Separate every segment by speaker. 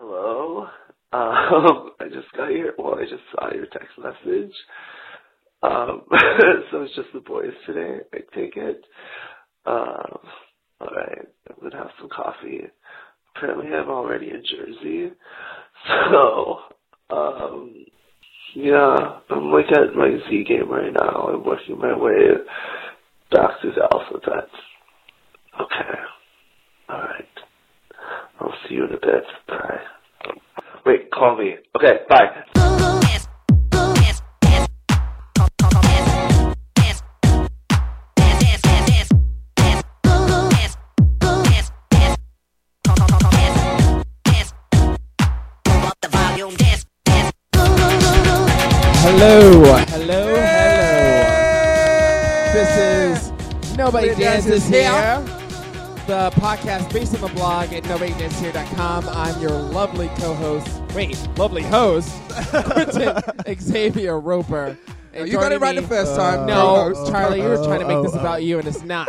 Speaker 1: Um, I just got your, well, I just saw your text message. Um, so it's just the boys today. I take it. Um, all right, I'm gonna have some coffee. Apparently, I'm already in Jersey, so um, yeah, I'm like at my Z game right now. I'm working my way back to the alphabet. Okay, all right. I'll see you in a bit. Bye. Wait, call me. Okay, bye.
Speaker 2: Hello, hello, hello. This is Nobody
Speaker 3: Nobody
Speaker 2: Dances
Speaker 3: Dances
Speaker 2: Here, the podcast based on the blog at nobodydanceshere.com. I'm your lovely co-host, wait, lovely host, Quentin Xavier Roper. And
Speaker 3: You got
Speaker 2: joining
Speaker 3: it right
Speaker 2: me-
Speaker 3: the Oh, first time.
Speaker 2: No,
Speaker 3: co-host.
Speaker 2: Charlie, you were trying to make
Speaker 4: oh,
Speaker 2: this
Speaker 4: oh.
Speaker 2: about you, and it's not.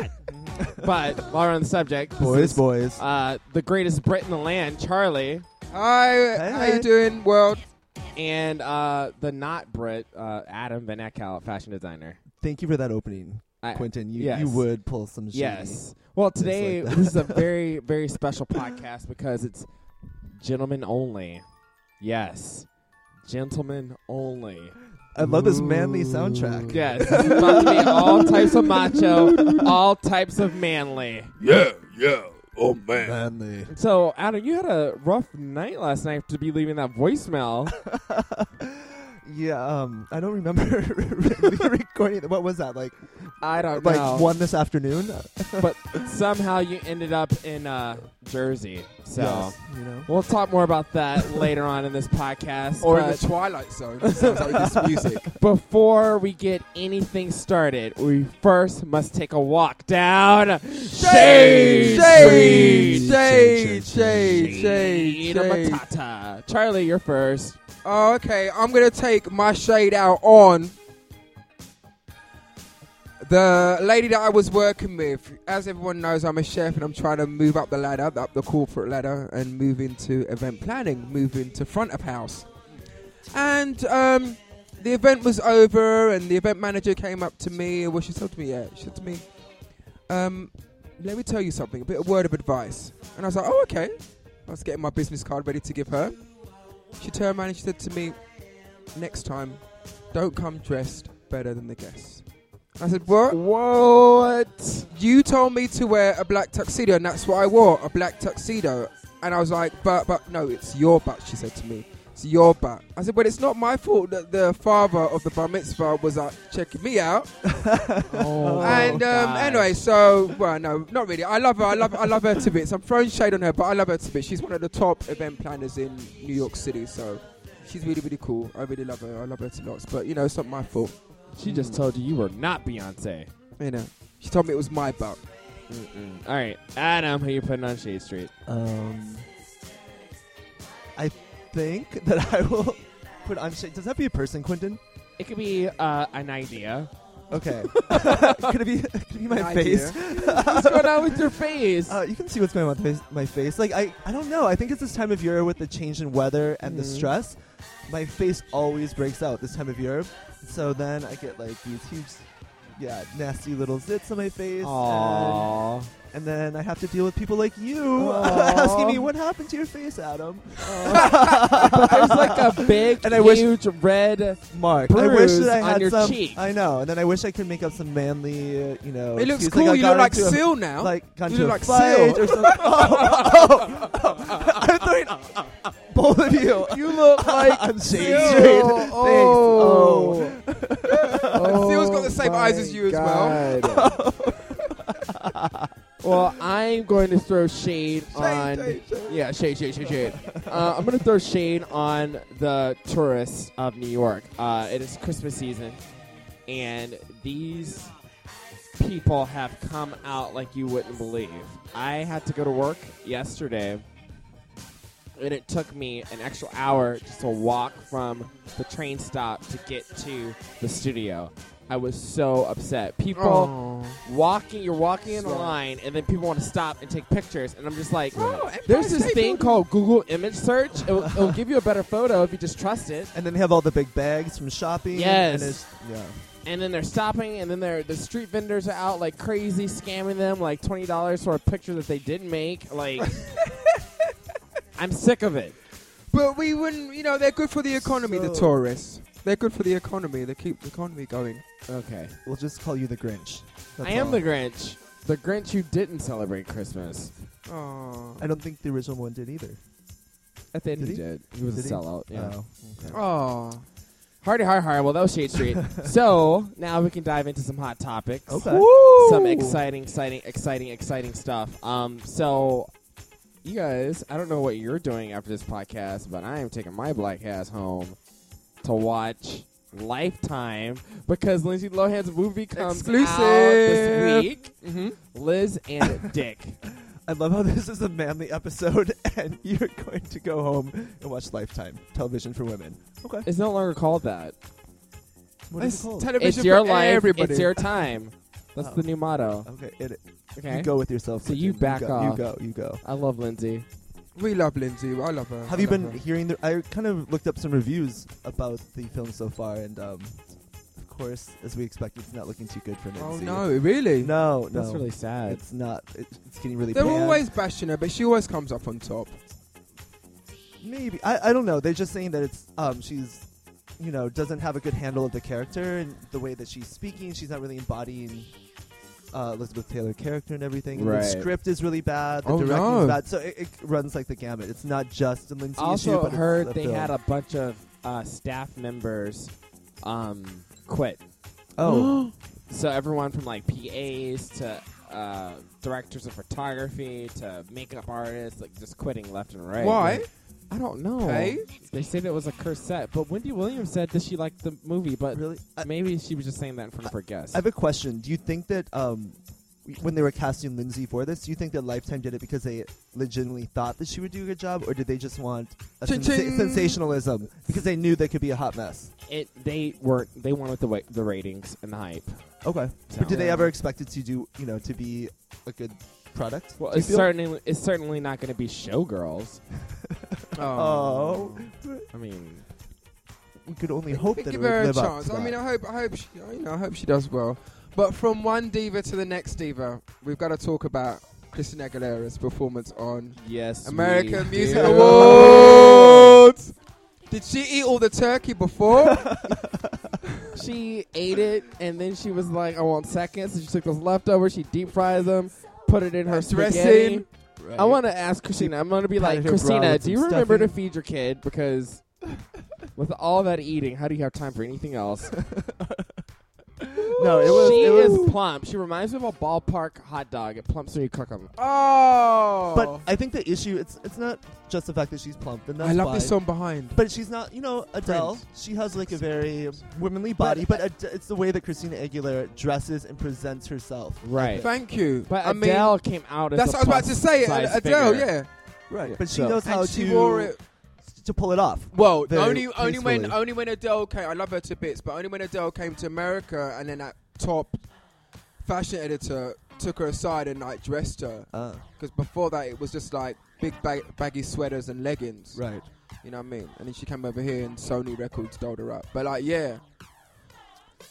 Speaker 2: but while we're on the subject, this
Speaker 4: Boys,
Speaker 2: is,
Speaker 4: boys.
Speaker 2: uh, the greatest Brit in the land, Charlie,
Speaker 3: Hi, how you doing, world?
Speaker 2: and uh, the not Brit, uh, Adam Van Eckhout, fashion designer.
Speaker 4: Thank you for that opening,
Speaker 2: I-
Speaker 4: Quentin. You
Speaker 2: yes.
Speaker 4: you would pull some shit.
Speaker 2: Yes. Well, today
Speaker 4: like that.
Speaker 2: this is a very very special podcast because it's gentlemen only. Yes, gentlemen only.
Speaker 4: I love this manly soundtrack.
Speaker 2: Yes, it's about to be all types of macho, all types of manly.
Speaker 5: Yeah, yeah. Oh man.
Speaker 4: Manly.
Speaker 2: So, Adam, you had a rough night last night to be leaving that voicemail.
Speaker 4: Yeah, um, I don't remember recording. What was that like?
Speaker 2: I don't
Speaker 4: Like
Speaker 2: know,
Speaker 4: one this afternoon.
Speaker 2: but somehow you ended up in uh, Jersey. So.
Speaker 4: Yes, you know.
Speaker 2: We'll talk more about that later on in this podcast.
Speaker 3: Or in
Speaker 2: but-
Speaker 3: the Twilight Zone? It sounds like this music.
Speaker 2: Before we get anything started, we first must take a walk down Shade
Speaker 3: shade,
Speaker 2: Street.
Speaker 3: shade, shade, shade,
Speaker 2: Shade of
Speaker 3: shade.
Speaker 2: Matata. Charlie, you're first.
Speaker 3: Oh, okay, I'm gonna take my shade out on the lady that I was working with. As everyone knows, I'm a chef and I'm trying to move up the ladder, up the corporate ladder, and move into event planning, move into front of house. And um, the event was over, and the event manager came up to me. Well, she said to me, yeah, she said to me, um, "Let me tell you something, a bit of word of advice." And I was like, "Oh, okay." I was getting my business card ready to give her. She turned around and she said to me, Next time, don't come dressed better than the guests. I said, What?
Speaker 2: What?
Speaker 3: You told me to wear a black tuxedo, and that's what I wore a black tuxedo. And I was like, But, but, no, it's your butt, she said to me. It's your butt. I said, Well, it's not my fault that the father of the bar mitzvah was like checking me out.
Speaker 2: Oh,
Speaker 3: and um,
Speaker 2: gosh.
Speaker 3: anyway, so, well, no, not really. I love her. I love, I love her to bits. I'm throwing shade on her, but I love her to bits. She's one of the top event planners in New York City, so. She's really, really cool. I really love her. I love her to lots. But, you know, it's not my fault.
Speaker 2: she just told you you were not Beyonce.
Speaker 3: You know, she told me it was my butt.
Speaker 2: All right, Adam, who you putting on Shade Street?
Speaker 4: Um, I think that I will put on shade. Does that be a person, Quentin?
Speaker 2: It could be uh, an idea.
Speaker 4: Okay. could it be? Could it be my
Speaker 3: An
Speaker 4: face?
Speaker 2: What's going on with your face?
Speaker 4: Uh, you can see what's going on with my face. Like I, I don't know. I think it's this time of year with the change in weather and the
Speaker 3: Mm-hmm.
Speaker 2: Mhm.
Speaker 4: stress. My face always breaks out this time of year. So then I get like these huge, yeah, nasty little zits on my face. And,
Speaker 2: Aww.
Speaker 4: and then I have to deal with people like you
Speaker 2: Aw.
Speaker 4: asking me what happened to your face, Adam.
Speaker 2: There's like a big,
Speaker 4: And I wish-
Speaker 2: huge red.
Speaker 4: Mark, I wish
Speaker 2: Bruise
Speaker 4: that I
Speaker 2: on
Speaker 4: had
Speaker 2: your
Speaker 4: some.
Speaker 2: cheek.
Speaker 4: I know. And then I wish I could make up some manly, uh, you know.
Speaker 3: It looks
Speaker 4: excuse,
Speaker 3: cool.
Speaker 4: I
Speaker 3: you
Speaker 4: got
Speaker 3: look like
Speaker 4: into a-
Speaker 3: Seal now.
Speaker 4: like gone
Speaker 3: You
Speaker 4: to
Speaker 3: look
Speaker 4: a
Speaker 3: like
Speaker 4: fight
Speaker 3: Seal.
Speaker 4: or something. oh, oh, oh. I'm throwing both of you.
Speaker 2: You look like
Speaker 4: I'm shady.
Speaker 2: Seal.
Speaker 4: Thanks. Oh.
Speaker 3: Seal's
Speaker 2: Oh
Speaker 3: got the same eyes as you as well.
Speaker 2: well. well, I'm going to throw shade, on.
Speaker 3: shade,
Speaker 2: Yeah, shade, shade, shade, shade. uh, I'm going to throw shade on the tourists of New York. Uh, it is Christmas season, and these people have come out like you wouldn't believe. I had to go to work yesterday, and it took me an extra hour just to walk from the train stop to get to the studio. I was so upset. People
Speaker 3: Oh.
Speaker 2: walking, you're walking in a
Speaker 3: Sorry.
Speaker 2: line, and then people want to stop and take pictures, and I'm just like,
Speaker 3: Oh, and
Speaker 2: there's
Speaker 3: guys,
Speaker 2: this
Speaker 3: they
Speaker 2: thing
Speaker 3: do-
Speaker 2: called Google Image Search. It'll, it'll give you a better photo if you just trust it.
Speaker 4: And then they have all the big bags from shopping.
Speaker 2: Yes.
Speaker 4: And it's, yeah.
Speaker 2: And then they're stopping, and then they're, the street vendors are out like crazy, scamming them like twenty dollars for a picture that they didn't make. Like, I'm sick of it.
Speaker 3: But we wouldn't, you know, they're good for the economy, the
Speaker 4: So-
Speaker 3: tourists. They're good for the economy. They keep the economy going.
Speaker 2: Okay,
Speaker 4: We'll just call you the Grinch. That's
Speaker 2: I am
Speaker 4: all.
Speaker 2: the Grinch. The Grinch who didn't celebrate Christmas.
Speaker 3: Oh.
Speaker 4: I don't think the original one did either.
Speaker 2: I think
Speaker 4: Did
Speaker 2: he
Speaker 4: he?
Speaker 2: did. He was
Speaker 4: Did
Speaker 2: a
Speaker 4: he?
Speaker 2: sellout. Yeah.
Speaker 4: Oh, okay.
Speaker 3: Oh.
Speaker 2: Hardy, hard, hard. Well, that was Shade Street. so now we can dive into some hot topics.
Speaker 4: Oh. Okay.
Speaker 2: Some exciting, exciting, exciting, exciting stuff. Um, so you guys, I don't know what you're doing after this podcast, but I am taking my black ass home to watch Lifetime because Lindsay Lohan's movie comes out this
Speaker 3: Exclusive.
Speaker 2: week.
Speaker 3: Mhm.
Speaker 2: Liz and Dick.
Speaker 4: I love how this is a manly episode, and you're going to go home and watch Lifetime television for women. Okay.
Speaker 2: it's no longer called that.
Speaker 4: What is
Speaker 3: It's
Speaker 4: it called?
Speaker 3: television
Speaker 2: It's your
Speaker 3: for
Speaker 2: life.
Speaker 3: everybody.
Speaker 2: It's your time. That's the new motto.
Speaker 4: okay. It,
Speaker 2: Okay.
Speaker 4: You go with yourself.
Speaker 2: So you back
Speaker 4: Clinton. go,
Speaker 2: off.
Speaker 4: You go. You go.
Speaker 2: I love Lindsay.
Speaker 3: we love Lindsay. I love her.
Speaker 4: Have
Speaker 3: I
Speaker 4: you
Speaker 3: love
Speaker 4: been
Speaker 3: her.
Speaker 4: hearing? The, I kind of looked up some reviews about the film so far, and um, of course, as we expected, it's not looking too good for
Speaker 3: Oh,
Speaker 4: Nancy.
Speaker 3: no, really?
Speaker 4: no, no,
Speaker 2: That's really sad.
Speaker 4: It's not. It, it's getting really.
Speaker 3: They're
Speaker 4: bad.
Speaker 3: always bashing her, but she always comes up on top.
Speaker 4: maybe I, I don't know. They're just saying that it's um she's you know doesn't have a good handle of the character and the way that she's speaking. She's not really embodying uh, Elizabeth Taylor character and everything. And
Speaker 2: Right.
Speaker 4: The script is really bad. The
Speaker 3: Oh,
Speaker 4: directing
Speaker 3: no.
Speaker 4: is bad. So it, it runs like the gamut. It's not just a Lindsay issue,
Speaker 2: also
Speaker 4: but
Speaker 2: heard
Speaker 4: it's
Speaker 2: they
Speaker 4: film.
Speaker 2: had a bunch of uh, staff members um, quit.
Speaker 4: oh
Speaker 2: So everyone from like PAs to uh, directors of photography to makeup artists, like just quitting left and right.
Speaker 3: Why?
Speaker 2: Like, I don't know.
Speaker 3: Okay.
Speaker 2: They said it was a cursed set, but Wendy Williams said that she liked the movie, but
Speaker 4: really? I,
Speaker 2: maybe she was just saying that in front of her guests.
Speaker 4: I have a question. Do you think that um when they were casting Lindsay for this, do you think that Lifetime did it because they legitimately thought that she would do a good job, or did they just want a sensa-
Speaker 3: Cha-ching.
Speaker 4: sensationalism because they knew they could be a hot mess?
Speaker 2: it they were they wanted the wa- the ratings and the hype.
Speaker 4: Okay.
Speaker 2: So-
Speaker 4: But did they ever expect it to do, you know, to be a good product?
Speaker 2: Well,
Speaker 4: Do you
Speaker 2: it's
Speaker 4: feel-
Speaker 2: certainly it's certainly not going to be showgirls.
Speaker 3: Um,
Speaker 4: Oh,
Speaker 2: I mean,
Speaker 4: we could only hope that it
Speaker 3: give
Speaker 4: would
Speaker 3: her a
Speaker 4: live up
Speaker 3: chance.
Speaker 4: to
Speaker 3: I mean,
Speaker 4: that.
Speaker 3: I hope, I hope, she, you know, I hope she does well. But from one diva to the next diva, we've got to talk about Christina Aguilera's performance on
Speaker 2: yes,
Speaker 3: American
Speaker 2: we
Speaker 3: Music
Speaker 2: do.
Speaker 3: Awards. Did she eat all the turkey before?
Speaker 2: She ate it, and then she was like, "I want seconds." So she took those leftovers, she deep fries them, put it in her spaghetti.
Speaker 3: Dressing.
Speaker 2: I want to ask Christina. I'm going to be
Speaker 4: Patted
Speaker 2: like,
Speaker 4: her bra
Speaker 2: Christina,
Speaker 4: with
Speaker 2: do you
Speaker 4: some
Speaker 2: remember to
Speaker 4: stuffing."
Speaker 2: feed your kid? Because with all that eating, how do you have time for anything else?
Speaker 4: no, it was.
Speaker 2: she
Speaker 4: it was-
Speaker 2: is plump. She reminds me of a ballpark hot dog. It plumps when you cook them.
Speaker 3: Oh,
Speaker 4: But I think the issue it's it's not just the fact that she's plump. And that's
Speaker 3: I love
Speaker 4: fine.
Speaker 3: this song behind.
Speaker 4: But she's not, you know, Adele. She has like a very womanly body, but, Ad- it's the way that Christina Aguilera dresses and presents herself.
Speaker 2: Right.
Speaker 3: Thank you.
Speaker 2: But
Speaker 3: I mean,
Speaker 2: Adele came out as
Speaker 3: that's
Speaker 2: a
Speaker 3: what I was about
Speaker 2: plus
Speaker 3: to say.
Speaker 2: size
Speaker 3: Ad- Adele,
Speaker 2: figure.
Speaker 3: yeah.
Speaker 4: Right.
Speaker 2: Yeah.
Speaker 4: But she
Speaker 2: So-
Speaker 4: knows how
Speaker 3: and she
Speaker 4: to
Speaker 3: wore it
Speaker 4: to pull it off.
Speaker 3: Well,
Speaker 4: very
Speaker 3: only only when
Speaker 4: peacefully.
Speaker 3: only when Adele came. I love her to bits, but only when Adele came to America, and then that top fashion editor took her aside and like dressed her.
Speaker 4: Uh,
Speaker 3: Because before that, it was just like big bag- baggy sweaters and leggings.
Speaker 4: right.
Speaker 3: You know what I mean? And then she came over here, and Sony Records dolled her up. But like, yeah,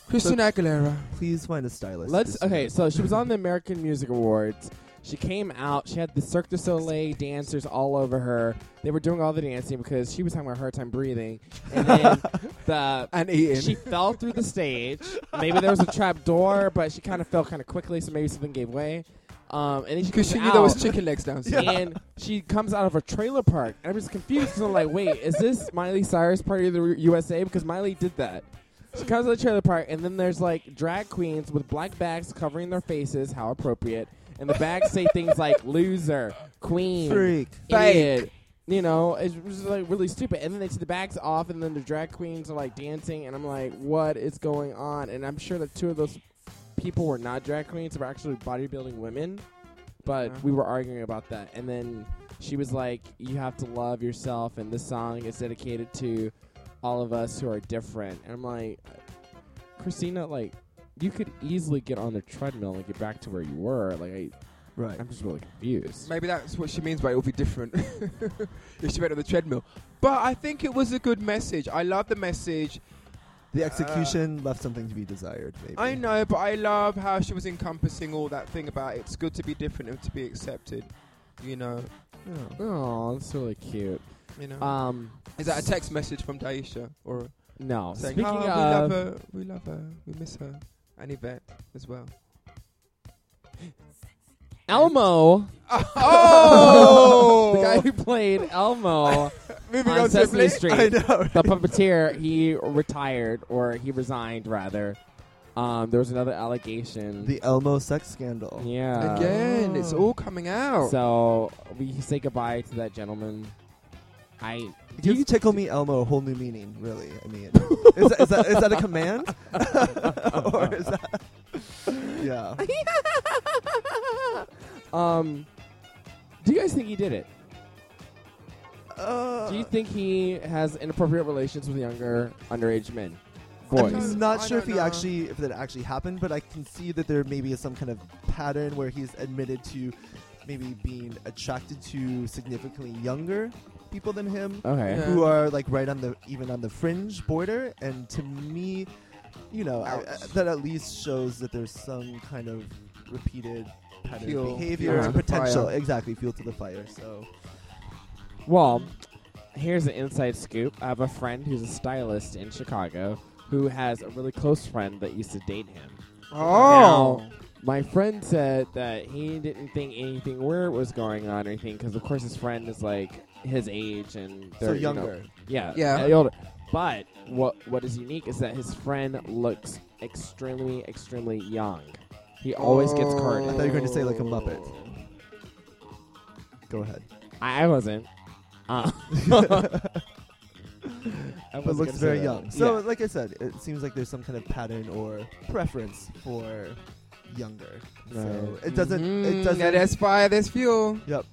Speaker 3: Christina Aguilera.
Speaker 4: Please find a stylist.
Speaker 2: Let's
Speaker 4: this
Speaker 2: okay.
Speaker 4: year.
Speaker 2: So she was on the American Music Awards. She came out. She had the Cirque du Soleil dancers all over her. They were doing all the dancing because she was having a hard time breathing. And then the
Speaker 3: And eating.
Speaker 2: she fell through the stage. Maybe there was a trap door, but she kind of fell kind of quickly, so maybe something gave way. Um, and then she comes
Speaker 3: Because she knew
Speaker 2: out,
Speaker 3: there was chicken legs downstairs.
Speaker 2: and she comes out of a trailer park. And I'm just confused. 'cause I'm like, wait, is this Miley Cyrus part of the Ru- USA? Because Miley did that. She comes out of the trailer park, and then there's like drag queens with black bags covering their faces. How appropriate! And the bags say things like "loser," "queen,"
Speaker 4: freak.
Speaker 2: idiot. You know, it's just like really stupid. And then they take the bags off, and then the drag queens are like dancing, and I'm like, what is going on? And I'm sure that two of those people were not drag queens, were actually bodybuilding women. But
Speaker 3: Uh-huh.
Speaker 2: we were arguing about that. And then she was like, you have to love yourself, and this song is dedicated to all of us who are different. And I'm like, Christina, like, you could easily get on the treadmill and get back to where you were. Like I,
Speaker 4: Right.
Speaker 2: I'm just really confused.
Speaker 3: Maybe that's what she means by it will be different if she went on the treadmill. But I think it was a good message. I love the message.
Speaker 2: uh,
Speaker 4: The execution left something to be desired. Maybe.
Speaker 3: I know, but I love how she was encompassing all that thing about it's good to be different and to be accepted. You know,
Speaker 4: No.
Speaker 2: Oh, that's really cute.
Speaker 3: you know.
Speaker 2: Um,
Speaker 3: Is that a text message from Daisha or
Speaker 2: no.
Speaker 3: saying,
Speaker 2: Speaking
Speaker 3: "Oh, we
Speaker 2: of,
Speaker 3: love her, we love her, we miss her, and Yvette as well."
Speaker 2: Elmo,
Speaker 3: Oh,
Speaker 2: the guy who played Elmo
Speaker 3: moving
Speaker 2: on
Speaker 3: on
Speaker 2: Sesame
Speaker 3: simply.
Speaker 4: I
Speaker 2: Street,
Speaker 4: know.
Speaker 2: the puppeteer, he retired or he resigned rather. Um, there was another allegation.
Speaker 4: The Elmo sex scandal.
Speaker 2: yeah.
Speaker 3: Again, it's all coming out.
Speaker 2: Oh. So we say goodbye to that gentleman. I
Speaker 4: It gives
Speaker 2: You-
Speaker 4: "tickle me Elmo" a whole new meaning. Really, I mean, is, that, is, that, is that a command, or is that? Yeah,
Speaker 2: um. Do you guys think he did it?
Speaker 4: uh,
Speaker 2: Do you think he has inappropriate relations with younger underage men, boys?
Speaker 4: I'm not
Speaker 3: I
Speaker 4: sure if
Speaker 3: don't
Speaker 4: he
Speaker 3: know.
Speaker 4: actually if that actually happened, but I can see that there maybe is some kind of pattern where he's admitted to maybe being attracted to significantly younger people than him,
Speaker 2: Okay.
Speaker 3: Yeah.
Speaker 4: who are like right on the even on the fringe border and to me you know I, I-
Speaker 3: Ouch.
Speaker 4: that at least shows that there's some kind of repeated pattern
Speaker 3: Fuel.
Speaker 4: of behavior
Speaker 2: Fuel to
Speaker 4: and
Speaker 2: the
Speaker 4: potential
Speaker 3: fire.
Speaker 4: exactly fuel to the fire so
Speaker 2: Well, here's an inside scoop. I have a friend who's a stylist in Chicago who has a really close friend that used to date him.
Speaker 3: Oh,
Speaker 2: My friend said that he didn't think anything weird was going on or anything because, of course, his friend is like his age and
Speaker 4: so
Speaker 2: they're you know,
Speaker 4: younger
Speaker 2: Yeah.
Speaker 3: Yeah.
Speaker 2: uh, Older. But what what is unique is that his friend looks extremely, extremely young. He always
Speaker 3: Oh.
Speaker 2: gets
Speaker 4: Oh. I
Speaker 2: carded.
Speaker 4: thought you were going to say like a muppet go ahead
Speaker 2: I, I wasn't. Uh, I wasn't
Speaker 4: but looks
Speaker 2: gonna say
Speaker 4: very
Speaker 2: that.
Speaker 4: young so
Speaker 2: Yeah.
Speaker 4: like i said it seems like there's some kind of pattern or preference for younger so
Speaker 2: Right.
Speaker 4: it doesn't
Speaker 3: Mm,
Speaker 4: it doesn't
Speaker 3: Let us fire this fuel.
Speaker 4: Yep.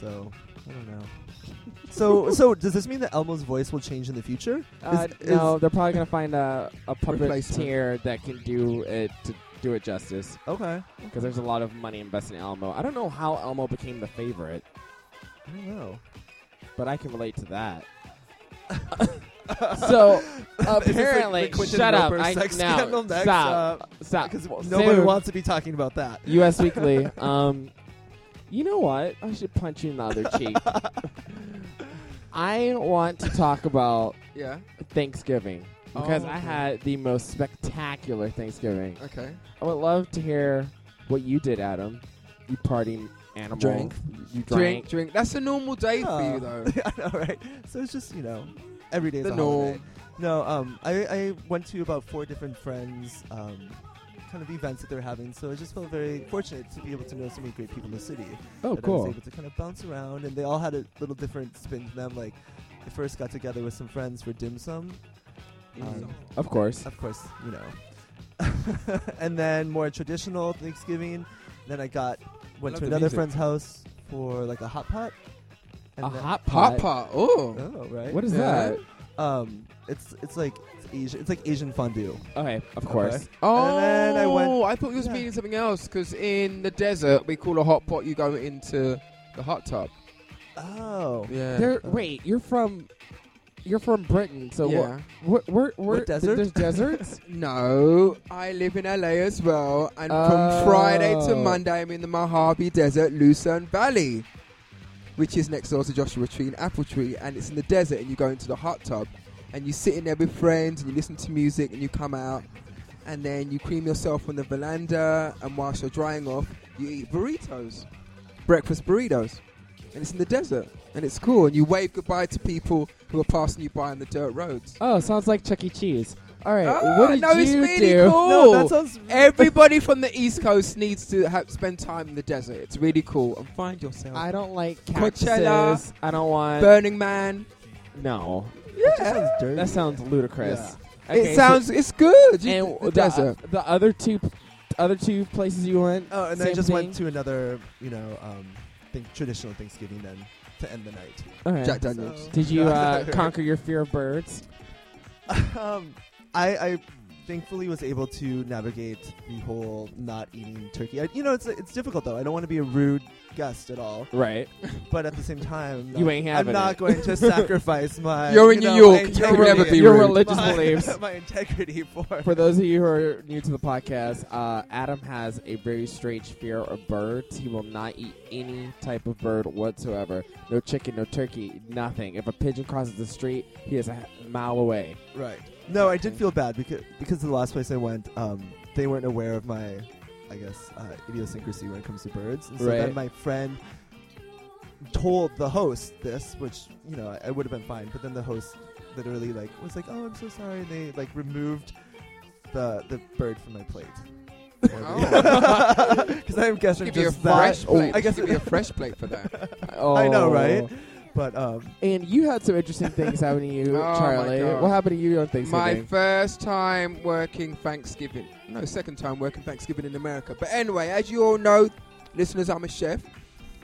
Speaker 4: So I don't know. so so does this mean that Elmo's voice will change in the future?
Speaker 2: Uh,
Speaker 4: Is-
Speaker 2: no,
Speaker 4: is-
Speaker 2: they're probably gonna find a a
Speaker 3: Replacement.
Speaker 2: puppeteer that can do it to do it justice
Speaker 4: Okay.
Speaker 2: because there's a lot of money invested in Elmo. I don't know how Elmo became the favorite,
Speaker 4: I don't know.
Speaker 2: but I can relate to that. so
Speaker 4: Is this like
Speaker 2: apparently,
Speaker 4: the Quentin
Speaker 2: shut up!
Speaker 4: Roper
Speaker 2: I,
Speaker 4: sex
Speaker 2: no,
Speaker 4: scandal next,
Speaker 2: stop,
Speaker 4: uh,
Speaker 2: stop.
Speaker 4: because
Speaker 2: Well,
Speaker 4: nobody
Speaker 2: Sue,
Speaker 4: wants to be talking about that.
Speaker 2: U.S. Weekly. Um, you know what? I should punch you in the other cheek. I want to talk about
Speaker 3: Yeah.
Speaker 2: Thanksgiving because
Speaker 3: Oh,
Speaker 2: I
Speaker 3: okay.
Speaker 2: had the most spectacular Thanksgiving.
Speaker 3: Okay.
Speaker 2: I would love to hear what you did, Adam. You party animal.
Speaker 4: Drank.
Speaker 2: You
Speaker 3: Drink,
Speaker 2: drank.
Speaker 3: drink. That's a normal day for
Speaker 4: Yeah.
Speaker 3: you, though.
Speaker 4: I know, right? So it's just you know, every day is
Speaker 3: The
Speaker 4: a
Speaker 3: norm.
Speaker 4: holiday. No, um, I, I went to about four different friends, um, kind of events that they're having. So I just felt very fortunate to be able to know so many great people in the city.
Speaker 2: Oh,
Speaker 4: that I
Speaker 2: cool.
Speaker 4: was able to kind of bounce around, and they all had a little different spin to them. Like, I first got together with some friends for dim sum,
Speaker 3: Mm.
Speaker 4: um,
Speaker 2: Of course.
Speaker 4: of course, you know, and then more traditional Thanksgiving. Then I got went
Speaker 3: love
Speaker 4: to
Speaker 3: the
Speaker 4: another
Speaker 3: music.
Speaker 4: friend's house for like a hot pot.
Speaker 2: A
Speaker 4: then-
Speaker 2: hot
Speaker 3: Hot
Speaker 2: pot.
Speaker 3: pot. Oh.
Speaker 4: Oh right.
Speaker 2: What is
Speaker 3: Yeah.
Speaker 2: that?
Speaker 4: Um, it's it's like it's Asian. It's like Asian fondue.
Speaker 2: Okay, of course.
Speaker 3: Oh.
Speaker 4: And then I went-
Speaker 3: I thought you was
Speaker 4: Yeah.
Speaker 3: meaning something else because in the desert we call a hot pot. You go into the hot tub.
Speaker 4: Oh.
Speaker 3: Yeah.
Speaker 2: There, wait, you're from you're from Britain, so
Speaker 3: yeah.
Speaker 2: what? What, what,
Speaker 4: What desert?
Speaker 2: There's deserts.
Speaker 3: No, I live in LA as well, and
Speaker 2: Oh.
Speaker 3: from Friday to Monday, I'm in the Mojave Desert, Lucerne Valley, which is next door to Joshua Tree and Apple Tree, and it's in the desert. And you go into the hot tub, and you sit in there with friends, and you listen to music, and you come out, and then you cream yourself on the veranda, and whilst you're drying off, you eat burritos, breakfast burritos, and it's in the desert, and it's cool, and you wave goodbye to people who are passing you by on the dirt roads.
Speaker 2: Oh, sounds like Chuck E. Cheese. All right,
Speaker 3: Oh,
Speaker 2: what did
Speaker 3: no, it's
Speaker 2: you
Speaker 3: really
Speaker 2: do?
Speaker 3: cool.
Speaker 4: No, that sounds.
Speaker 3: Everybody from the East Coast needs to ha spend time in the desert. It's really cool. And find yourself.
Speaker 2: I don't like cactuses.
Speaker 3: Coachella.
Speaker 2: I don't want.
Speaker 3: Burning Man.
Speaker 2: no,
Speaker 4: That sounds dirty.
Speaker 2: that sounds ludicrous.
Speaker 3: It
Speaker 2: Okay, so-
Speaker 3: sounds. it's good. You-
Speaker 2: and
Speaker 3: the
Speaker 2: the, uh,
Speaker 3: desert.
Speaker 2: the other two, the other two places you went.
Speaker 4: Oh, and then I
Speaker 2: Same
Speaker 4: just
Speaker 2: thing?
Speaker 4: went to another, you know, um, think traditional Thanksgiving then to end the night.
Speaker 2: All right.
Speaker 3: Jack Daniels.
Speaker 4: So-
Speaker 2: Did you
Speaker 4: No,
Speaker 2: uh,
Speaker 4: sorry.
Speaker 2: conquer your fear of birds?
Speaker 4: um, I, I thankfully was able to navigate the whole not eating turkey. I, you know, it's it's difficult though. I don't want to be a rude guest at all,
Speaker 2: Right.
Speaker 4: but at the same time, I'm not-
Speaker 2: You ain't having
Speaker 4: I'm not
Speaker 2: it.
Speaker 4: going to sacrifice my.
Speaker 3: You're in
Speaker 4: you
Speaker 3: New York.
Speaker 4: know, my
Speaker 3: You
Speaker 2: Your
Speaker 3: can
Speaker 4: integrity-
Speaker 3: never be
Speaker 2: your
Speaker 3: rude.
Speaker 2: religious
Speaker 4: my,
Speaker 2: beliefs.
Speaker 4: my integrity for.
Speaker 2: For those of you who are new to the podcast, uh, Adam has a very strange fear of birds. He will not eat any type of bird whatsoever. No chicken, no turkey, nothing. If a pigeon crosses the street, he is a mile away.
Speaker 4: Right. No, I did feel bad because because the last place I went, um, they weren't aware of my, I guess, uh, idiosyncrasy when it comes to birds. And so
Speaker 2: Right.
Speaker 4: then my friend told the host this, which you know I, I would have been fine. But then the host literally like was like, "Oh, I'm so sorry," and they like removed the the bird from my plate. Because I'm guessing
Speaker 3: Oh. Give you a
Speaker 4: just that.
Speaker 3: fresh plate.
Speaker 4: I guess
Speaker 3: give you a fresh plate for that.
Speaker 2: Oh.
Speaker 4: I know, right? But um,
Speaker 2: And you had some interesting things happen to you,
Speaker 3: Oh, my
Speaker 2: Charlie.
Speaker 3: God.
Speaker 2: What happened to you on
Speaker 3: My
Speaker 2: Thanksgiving?
Speaker 3: first time working Thanksgiving. No, second time working Thanksgiving in America. But anyway, as you all know, listeners, I'm a chef,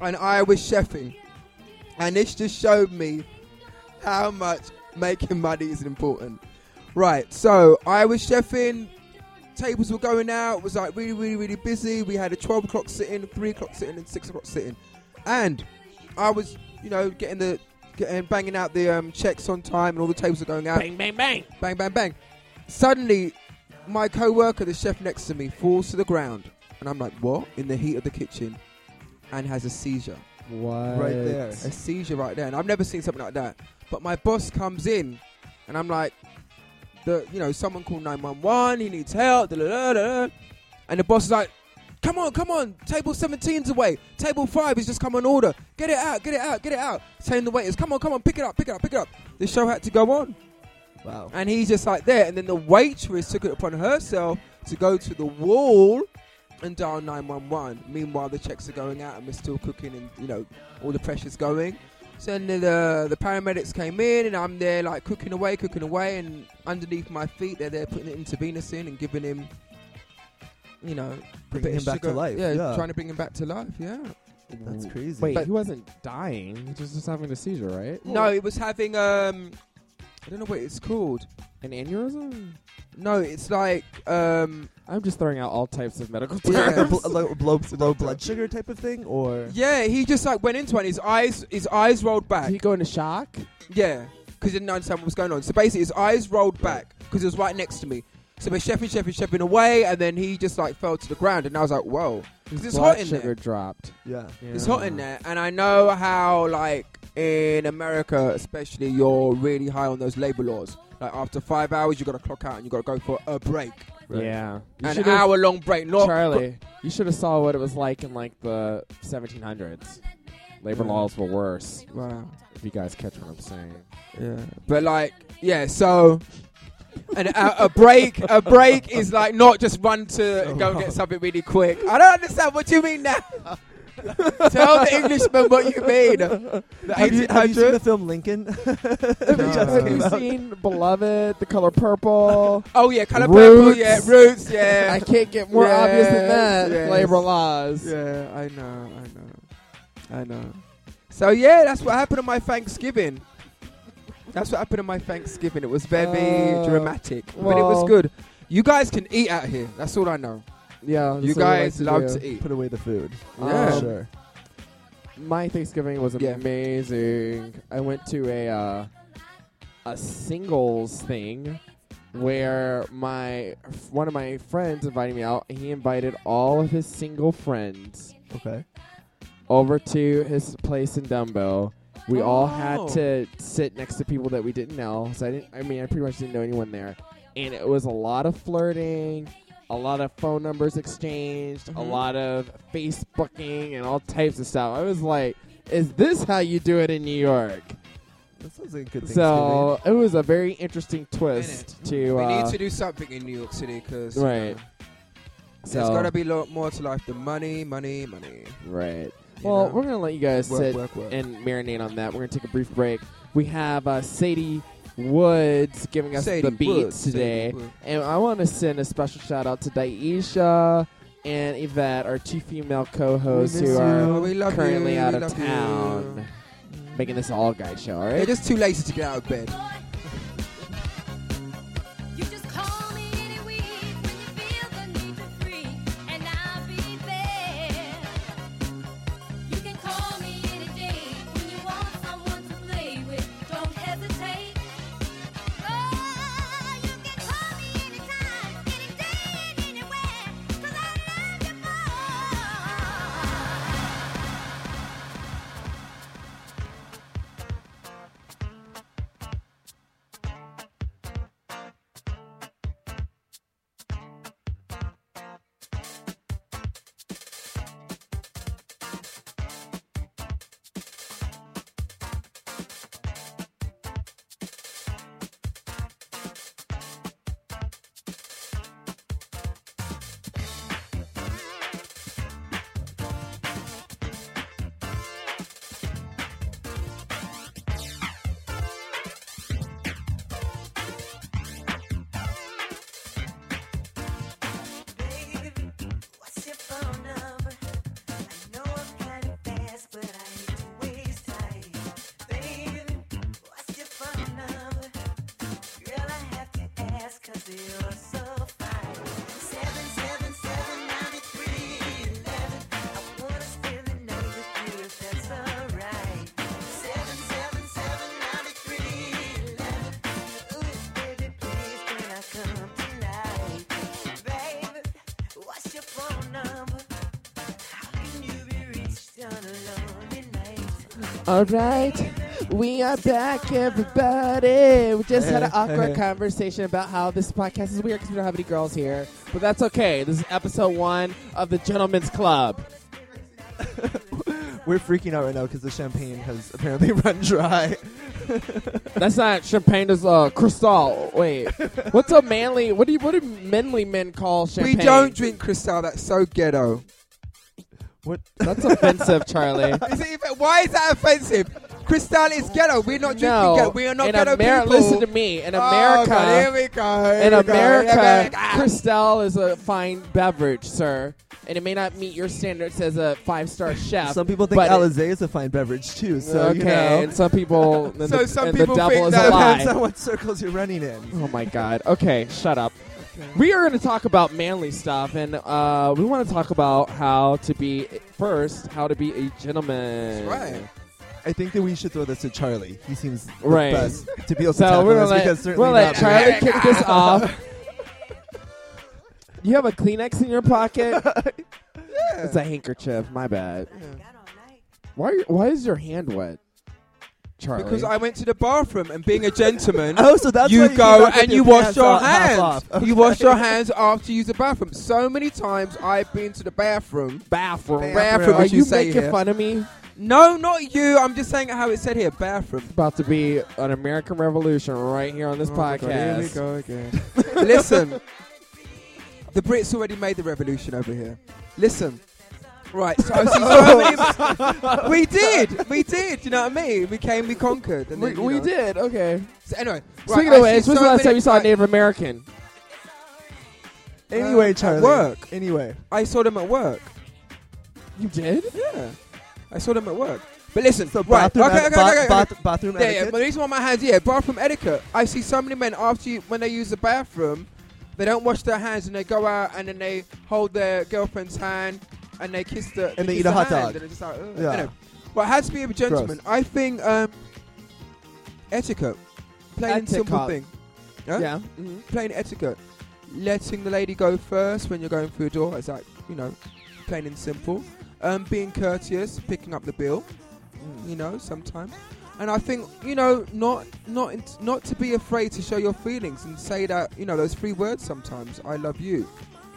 Speaker 3: and I was chefing, and this just showed me how much making money is important. Right. So I was chefing. Tables were going out. It was like really, really, really busy. We had a 12 o'clock sitting, three o'clock sitting, and six o'clock sitting, and I was, you know, getting the, getting banging out the um, checks on time, and all the tables were going out
Speaker 2: bang, bang, bang.
Speaker 3: bang, bang, bang. Suddenly, my co-worker, the chef next to me, falls to the ground, and I'm like, "What?" In the heat of the kitchen, and has a seizure,
Speaker 2: What?
Speaker 4: right there.
Speaker 3: a seizure right there, and I've never seen something like that. But my boss comes in, and I'm like, "The you know, someone called 911. He needs help." Da, da, da, da. da. And the boss is like, "Come on, come on! Table 17's away. Table five has just come on order. Get it out, get it out, get it out." Saying the waiters, "Come on, come on, pick it up, pick it up, pick it up." The show had to go on.
Speaker 4: Wow.
Speaker 3: And he's just like there. And then the waitress took it upon herself to go to the wall and dial 911. Meanwhile, the checks are going out and we're still cooking and, you know, all the pressure's going. So then the, the, the paramedics came in and I'm there like cooking away, cooking away. And underneath my feet, they're there putting an intravenous in and giving him, you know, a
Speaker 4: Bringing
Speaker 3: bit
Speaker 4: him
Speaker 3: of
Speaker 4: back to
Speaker 3: sugar.
Speaker 4: life,
Speaker 3: Yeah,
Speaker 4: yeah.
Speaker 3: trying to bring him back to life. Yeah.
Speaker 4: That's crazy.
Speaker 2: Wait,
Speaker 3: But-
Speaker 2: he wasn't dying. He was just having a seizure, right?
Speaker 3: No, it was having, um, I don't know what it's called.
Speaker 2: An aneurysm?
Speaker 3: No, it's like, um,
Speaker 2: I'm just throwing out all types of medical
Speaker 3: Yeah.
Speaker 4: Like a
Speaker 2: terms.
Speaker 4: bl- low, low, low blood sugar type of thing, or
Speaker 3: Yeah, he just like went into it. And his eyes, his eyes rolled
Speaker 2: Did
Speaker 3: back.
Speaker 2: he go into shock?
Speaker 3: Yeah, because he didn't understand what was going on. So basically, his eyes rolled back because he was right next to me. So we're chefing, chefing, chefing away, and then he just like fell to the ground, and I was like, "Whoa,
Speaker 2: His
Speaker 3: it's
Speaker 2: blood
Speaker 3: hot in
Speaker 2: sugar
Speaker 3: there.
Speaker 2: dropped.
Speaker 4: yeah.
Speaker 3: it's hot in there." And I know how like in America, especially, you're really high on those labor laws. Like after five hours, you got to clock out and you got to go for a break,
Speaker 2: Yeah. You
Speaker 3: an
Speaker 2: should've-
Speaker 3: hour long break. Not
Speaker 2: Charlie, you should have saw what it was like in like the 1700s. Labor
Speaker 3: Yeah.
Speaker 2: laws were worse.
Speaker 3: Wow.
Speaker 2: If you guys catch what I'm saying.
Speaker 3: Yeah. But like, yeah, so and a, a break a break is like not just run to go and get something really quick. I don't understand what you mean now. Tell the Englishman what you mean. The
Speaker 4: Have you, have you
Speaker 3: 1800?
Speaker 4: seen the film Lincoln?
Speaker 2: Have you-
Speaker 3: No.
Speaker 2: have you
Speaker 3: Came out.
Speaker 2: seen Beloved, The Color Purple?
Speaker 3: oh yeah, color purple,
Speaker 2: Roots?
Speaker 3: yeah, roots,
Speaker 2: I
Speaker 3: yeah.
Speaker 2: can't get more obvious than
Speaker 3: Yes,
Speaker 2: that.
Speaker 3: yes.
Speaker 2: Labor laws.
Speaker 3: yeah, I know, I know. I know. So yeah, that's what happened on my Thanksgiving. That's what happened on my Thanksgiving. It was very
Speaker 2: Uh,
Speaker 3: dramatic, but it was
Speaker 2: well-
Speaker 3: good. You guys can eat out here. That's all I know.
Speaker 2: Yeah, that's
Speaker 3: You
Speaker 2: what we like
Speaker 3: guys love to eat.
Speaker 4: Put away the food.
Speaker 3: Yeah.
Speaker 2: Um,
Speaker 4: sure.
Speaker 2: my Thanksgiving was
Speaker 3: Yeah.
Speaker 2: amazing. I went to a uh, a singles thing where my one of my friends invited me out. He invited all of his single friends
Speaker 4: Okay.
Speaker 2: over to his place in Dumbo. We all had
Speaker 3: Oh.
Speaker 2: to sit next to people that we didn't know. So I didn't. I mean, I pretty much didn't know anyone there, and it was a lot of flirting, a lot of phone numbers exchanged, a
Speaker 3: Mhm.
Speaker 2: lot of Facebooking, and all types of stuff. I was like, "Is this how you do it in New York?"
Speaker 4: That sounds like a good
Speaker 2: So it was a very interesting twist to.
Speaker 3: We
Speaker 2: Uh,
Speaker 3: need to do something in New York City because
Speaker 2: Right.
Speaker 3: there's
Speaker 2: so,
Speaker 3: got to be a lot more to life than money, money, money.
Speaker 2: right.
Speaker 3: you
Speaker 2: Well,
Speaker 3: know?
Speaker 2: we're gonna let you guys
Speaker 3: work,
Speaker 2: sit
Speaker 3: work, work.
Speaker 2: and marinate on that. We're gonna take a brief break. We have uh, Sadie Woods giving us
Speaker 3: Sadie
Speaker 2: the beats
Speaker 3: Woods, Sadie
Speaker 2: today,
Speaker 3: Woods.
Speaker 2: and I want to send a special shout out to Daisha and Yvette, our two female co-hosts
Speaker 4: We miss
Speaker 2: who are
Speaker 3: Oh, we love
Speaker 2: currently
Speaker 3: you,
Speaker 2: out
Speaker 3: we
Speaker 2: of
Speaker 3: love you.
Speaker 2: town, making this all guy show. All
Speaker 3: They're
Speaker 2: right,
Speaker 3: just too lazy to get out of bed.
Speaker 6: You just call me any week. Oh,
Speaker 2: All right, we are back, everybody. We just had an
Speaker 4: Hey,
Speaker 2: awkward
Speaker 4: hey.
Speaker 2: conversation about how this podcast is weird because we don't have any girls here, but that's okay. This is episode one of the Gentlemen's Club.
Speaker 4: We're freaking out right now because the champagne has apparently run dry.
Speaker 2: That's not champagne. That's uh, Cristal. Wait, what's a manly? What do you, what do manly men call champagne?
Speaker 3: We don't drink Cristal. That's so ghetto.
Speaker 4: What?
Speaker 2: That's offensive, Charlie.
Speaker 3: Is it even, why is that offensive? Cristal is ghetto. We're not drinking ghetto.
Speaker 2: no,
Speaker 3: We are not
Speaker 2: in
Speaker 3: ghetto
Speaker 2: Ameri-
Speaker 3: people.
Speaker 2: Listen to me. In
Speaker 3: Oh,
Speaker 2: America,
Speaker 3: God, here we go. here
Speaker 2: in
Speaker 3: we go, here we
Speaker 2: America,
Speaker 3: go.
Speaker 2: Cristal is a fine beverage, sir, and it may not meet your standards as a five-star chef.
Speaker 4: Some people think
Speaker 2: but it-
Speaker 4: Alizé is a fine beverage too. So
Speaker 2: okay,
Speaker 4: you know,
Speaker 2: and some people, and
Speaker 3: So
Speaker 2: the,
Speaker 3: some
Speaker 2: and
Speaker 3: people
Speaker 2: the
Speaker 3: think
Speaker 2: devil is
Speaker 3: that-
Speaker 2: a lie.
Speaker 4: depends on what circles you're running in.
Speaker 2: Oh my god. Okay, shut up. We are going to talk about manly stuff, and uh, we want to talk about how to be first, how to be a gentleman.
Speaker 3: That's right.
Speaker 4: I think that we should throw this to Charlie. He seems the
Speaker 2: Right.
Speaker 4: best to be able to
Speaker 2: So
Speaker 4: tackle
Speaker 2: we're gonna
Speaker 4: this
Speaker 2: let,
Speaker 4: because certainly
Speaker 2: we'll let
Speaker 4: not
Speaker 2: Charlie
Speaker 4: me.
Speaker 2: kick this off. You have a Kleenex in your pocket? It's a handkerchief. My bad. Why? are- Why is your hand wet, Charlie?
Speaker 3: Because I went to the bathroom and being a gentleman,
Speaker 4: Oh, so that's why
Speaker 3: you
Speaker 4: you
Speaker 3: go
Speaker 4: cannot get
Speaker 3: and
Speaker 4: your
Speaker 3: you wash
Speaker 4: pants
Speaker 3: your
Speaker 4: out half
Speaker 3: hands.
Speaker 4: off.
Speaker 3: You wash your hands after you use the bathroom. So many times I've been to the bathroom.
Speaker 2: bathroom.
Speaker 3: Bathroom,
Speaker 2: Are
Speaker 3: as you
Speaker 2: you
Speaker 3: say
Speaker 2: making
Speaker 3: here.
Speaker 2: fun of me?
Speaker 3: No, not you. I'm just saying how it said here. Bathroom.
Speaker 2: About to be an American Revolution right here
Speaker 3: Oh
Speaker 2: on this podcast.
Speaker 3: go again. Listen, the Brits already made the revolution over here. Listen. Right, so I see so many. We did, we did. You know what I mean? We came, we conquered. And
Speaker 2: We,
Speaker 3: then, you
Speaker 2: we
Speaker 3: know.
Speaker 2: did. Okay.
Speaker 3: So anyway,
Speaker 2: Speaking
Speaker 3: right,
Speaker 2: of
Speaker 3: I
Speaker 2: which,
Speaker 3: see
Speaker 2: when's
Speaker 3: so
Speaker 2: the last
Speaker 3: many-
Speaker 2: time you saw a
Speaker 3: right,
Speaker 2: Native American?
Speaker 4: Anyway,
Speaker 3: at
Speaker 4: Charlie.
Speaker 3: work.
Speaker 4: Anyway.
Speaker 3: I saw them at work.
Speaker 2: You did?
Speaker 3: Yeah, I saw them at work. But listen,
Speaker 4: So
Speaker 3: right?
Speaker 4: bathroom,
Speaker 3: okay,
Speaker 4: eti-
Speaker 3: okay,
Speaker 4: ba-
Speaker 3: okay, okay.
Speaker 4: bath- bathroom
Speaker 3: Yeah, yeah,
Speaker 4: etiquette.
Speaker 3: but the reason why my hands, yeah, bathroom etiquette. I see so many men after you when they use the bathroom, they don't wash their hands and they go out and then they hold their girlfriend's hand and they kiss the
Speaker 4: And they
Speaker 3: kiss
Speaker 4: eat a
Speaker 3: the
Speaker 4: hot
Speaker 3: hand
Speaker 4: dog.
Speaker 3: And it's just like, ugh,
Speaker 4: Yeah.
Speaker 3: anyway. But how to be a gentleman?
Speaker 4: Gross.
Speaker 3: I think um, etiquette, plain and simple
Speaker 2: Etiquette.
Speaker 3: thing, Huh?
Speaker 2: Yeah. hmm
Speaker 3: plain etiquette. Letting the lady go first when you're going through a door. It's like you know, plain and simple. Um, being courteous, picking up the bill
Speaker 2: Mm-hmm.
Speaker 3: you know sometimes and i think you know not not not to be afraid to show your feelings and say that you know those three words sometimes i love you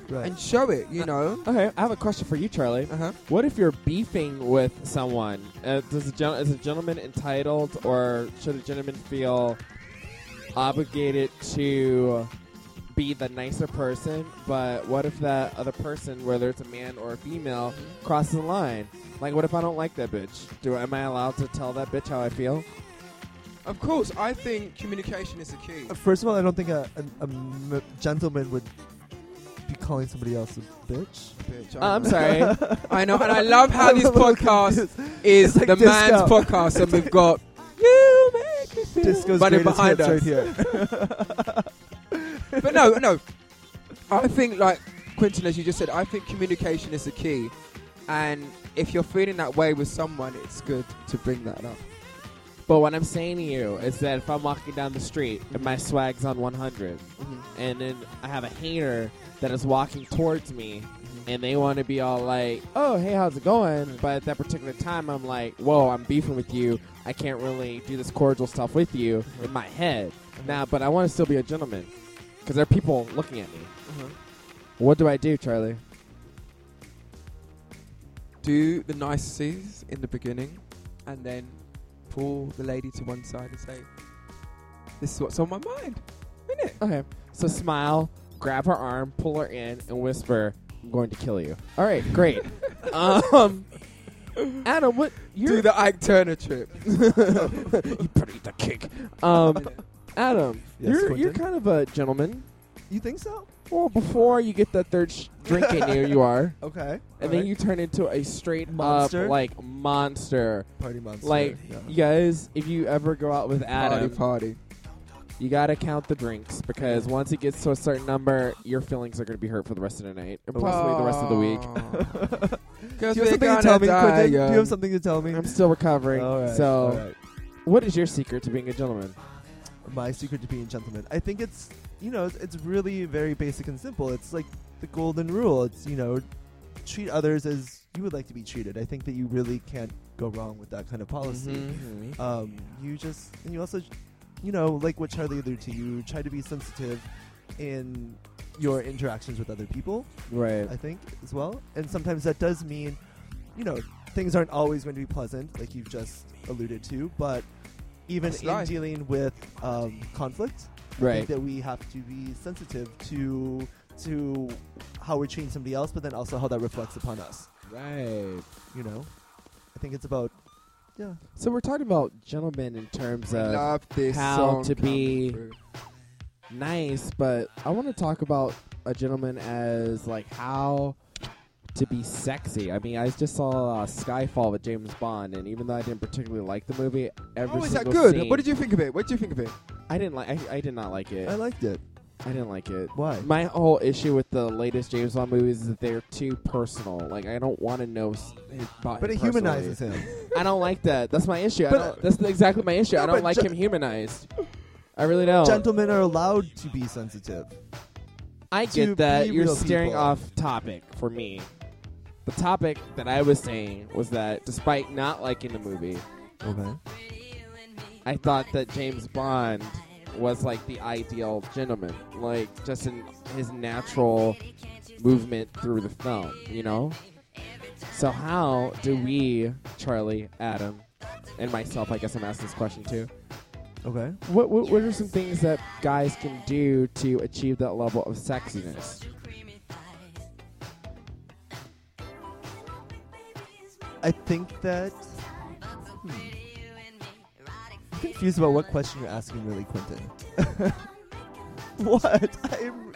Speaker 4: Right.
Speaker 3: and show it you know
Speaker 2: Okay. I have a question for you, Charlie.
Speaker 3: uh-huh
Speaker 2: What if you're beefing with someone? Uh, does a gen- is a gentleman entitled, or should a gentleman feel obligated to be the nicer person? But what if that other person, whether it's a man or a female, crosses the line? Like, what if I don't like that bitch? Do am I allowed to tell that bitch how I feel?
Speaker 3: of course i think communication is the key
Speaker 4: First of all, I don't think a, a, a m- gentleman would be calling somebody else a bitch.
Speaker 3: bitch, I
Speaker 2: I'm
Speaker 3: know.
Speaker 2: sorry.
Speaker 3: i know and i love how this podcast is
Speaker 4: It's like
Speaker 3: the man's
Speaker 4: disco.
Speaker 3: podcast and we've got you make me feel
Speaker 4: Disco's
Speaker 3: but they're
Speaker 4: greatest
Speaker 3: behind
Speaker 4: hits
Speaker 3: us
Speaker 4: right here.
Speaker 3: but no, no. I think, like Quentin, as you just said, I think communication is the key. And if you're feeling that way with someone, it's good to bring that up.
Speaker 2: But what I'm saying to you is that if I'm walking down the street and my swag's on 100,
Speaker 3: Mm-hmm.
Speaker 2: and then I have a hater that is walking towards me, and they want to be all like, "Oh, hey, how's it going?" But at that particular time, I'm like, "Whoa, I'm beefing with you. I can't really do this cordial stuff with you in my head now." But I want to still be a gentleman because there are people looking at me. What do I do, Charlie?
Speaker 3: Do the niceties in the beginning, and then pull the lady to one side and say, "This is what's on my mind."
Speaker 2: Okay, so smile, grab her arm, pull her in, and whisper, "I'm going to kill you." All right, great. um, Adam, what you're
Speaker 3: Do the Ike Turner trip.
Speaker 2: you better eat the cake. Um, Adam,
Speaker 4: Yes,
Speaker 2: you're
Speaker 4: Quentin?
Speaker 2: you're kind of a gentleman.
Speaker 4: You think so?
Speaker 2: Well, before you get that third sh- drink in you, you are,
Speaker 4: Okay.
Speaker 2: and then you turn into a straight
Speaker 4: Monster?
Speaker 2: up like monster.
Speaker 4: party monster.
Speaker 2: Like you guys, if you ever go out with
Speaker 3: Party,
Speaker 2: Adam,
Speaker 3: party.
Speaker 2: you gotta count the drinks because once it gets to a certain number, your feelings are gonna be hurt for the rest of the night and possibly the rest of the week.
Speaker 3: week.
Speaker 4: do you have something to tell me, Quentin? Do you have something to tell me?
Speaker 2: I'm still recovering.
Speaker 4: All right,
Speaker 2: so,
Speaker 4: all right.
Speaker 2: what is your secret to being a gentleman?
Speaker 4: my secret to being a gentleman. I think it's you know it's, it's really very basic and simple. It's like the golden rule. It's you know treat others as you would like to be treated. I think that you really can't go wrong with that kind of policy. Um, you just and you also, you know, like what Charlie alluded to, you try to be sensitive in your interactions with other people.
Speaker 2: Right.
Speaker 4: I think as well, and sometimes that does mean, you know, things aren't always going to be pleasant, like you've just alluded to. But even
Speaker 3: That's
Speaker 4: in
Speaker 3: life.
Speaker 4: dealing with um, conflict, I
Speaker 2: Right.
Speaker 4: think that we have to be sensitive to to how we're treating somebody else, but then also how that reflects upon us.
Speaker 2: Right.
Speaker 4: You know, I think it's about yeah,
Speaker 2: So we're talking about gentlemen in terms of
Speaker 3: Love this
Speaker 2: how
Speaker 3: song
Speaker 2: to be-
Speaker 3: coming through.
Speaker 2: nice, but I want to talk about a gentleman as like how to be sexy. I mean, I just saw uh, Skyfall with James Bond, and even though I didn't particularly like the movie, every
Speaker 3: Oh, is that
Speaker 2: single
Speaker 3: good?
Speaker 2: Scene,
Speaker 3: What did you think of it? What did you think of it?
Speaker 2: I didn't like. I, I did not like it.
Speaker 4: I liked it.
Speaker 2: I didn't like it.
Speaker 4: Why?
Speaker 2: My whole issue with the latest James Bond movies is that they're too personal. Like I don't want to know s- his about
Speaker 4: but
Speaker 2: him
Speaker 4: it
Speaker 2: personally.
Speaker 4: humanizes him.
Speaker 2: I don't like that. That's my issue. I
Speaker 4: But-
Speaker 2: don't, that's exactly my issue.
Speaker 4: No,
Speaker 2: I don't
Speaker 4: but
Speaker 2: like
Speaker 4: gen-
Speaker 2: him humanized. I really don't.
Speaker 4: Gentlemen are allowed to be sensitive.
Speaker 2: I
Speaker 4: to
Speaker 2: get that
Speaker 4: be
Speaker 2: you're
Speaker 4: real
Speaker 2: steering
Speaker 4: people.
Speaker 2: off topic for me. The topic that I was saying was that despite not liking the movie,
Speaker 4: Okay.
Speaker 2: I thought that James Bond was like the ideal gentleman, like just in his natural movement through the film, you know? So how do we, Charlie, Adam, and myself, I guess I'm asking this question too,
Speaker 4: Okay.
Speaker 2: what, what, what are some things that guys can do to achieve that level of sexiness?
Speaker 4: I think that. hmm. I'm confused about what question you're asking, really, Quentin. what? I'm,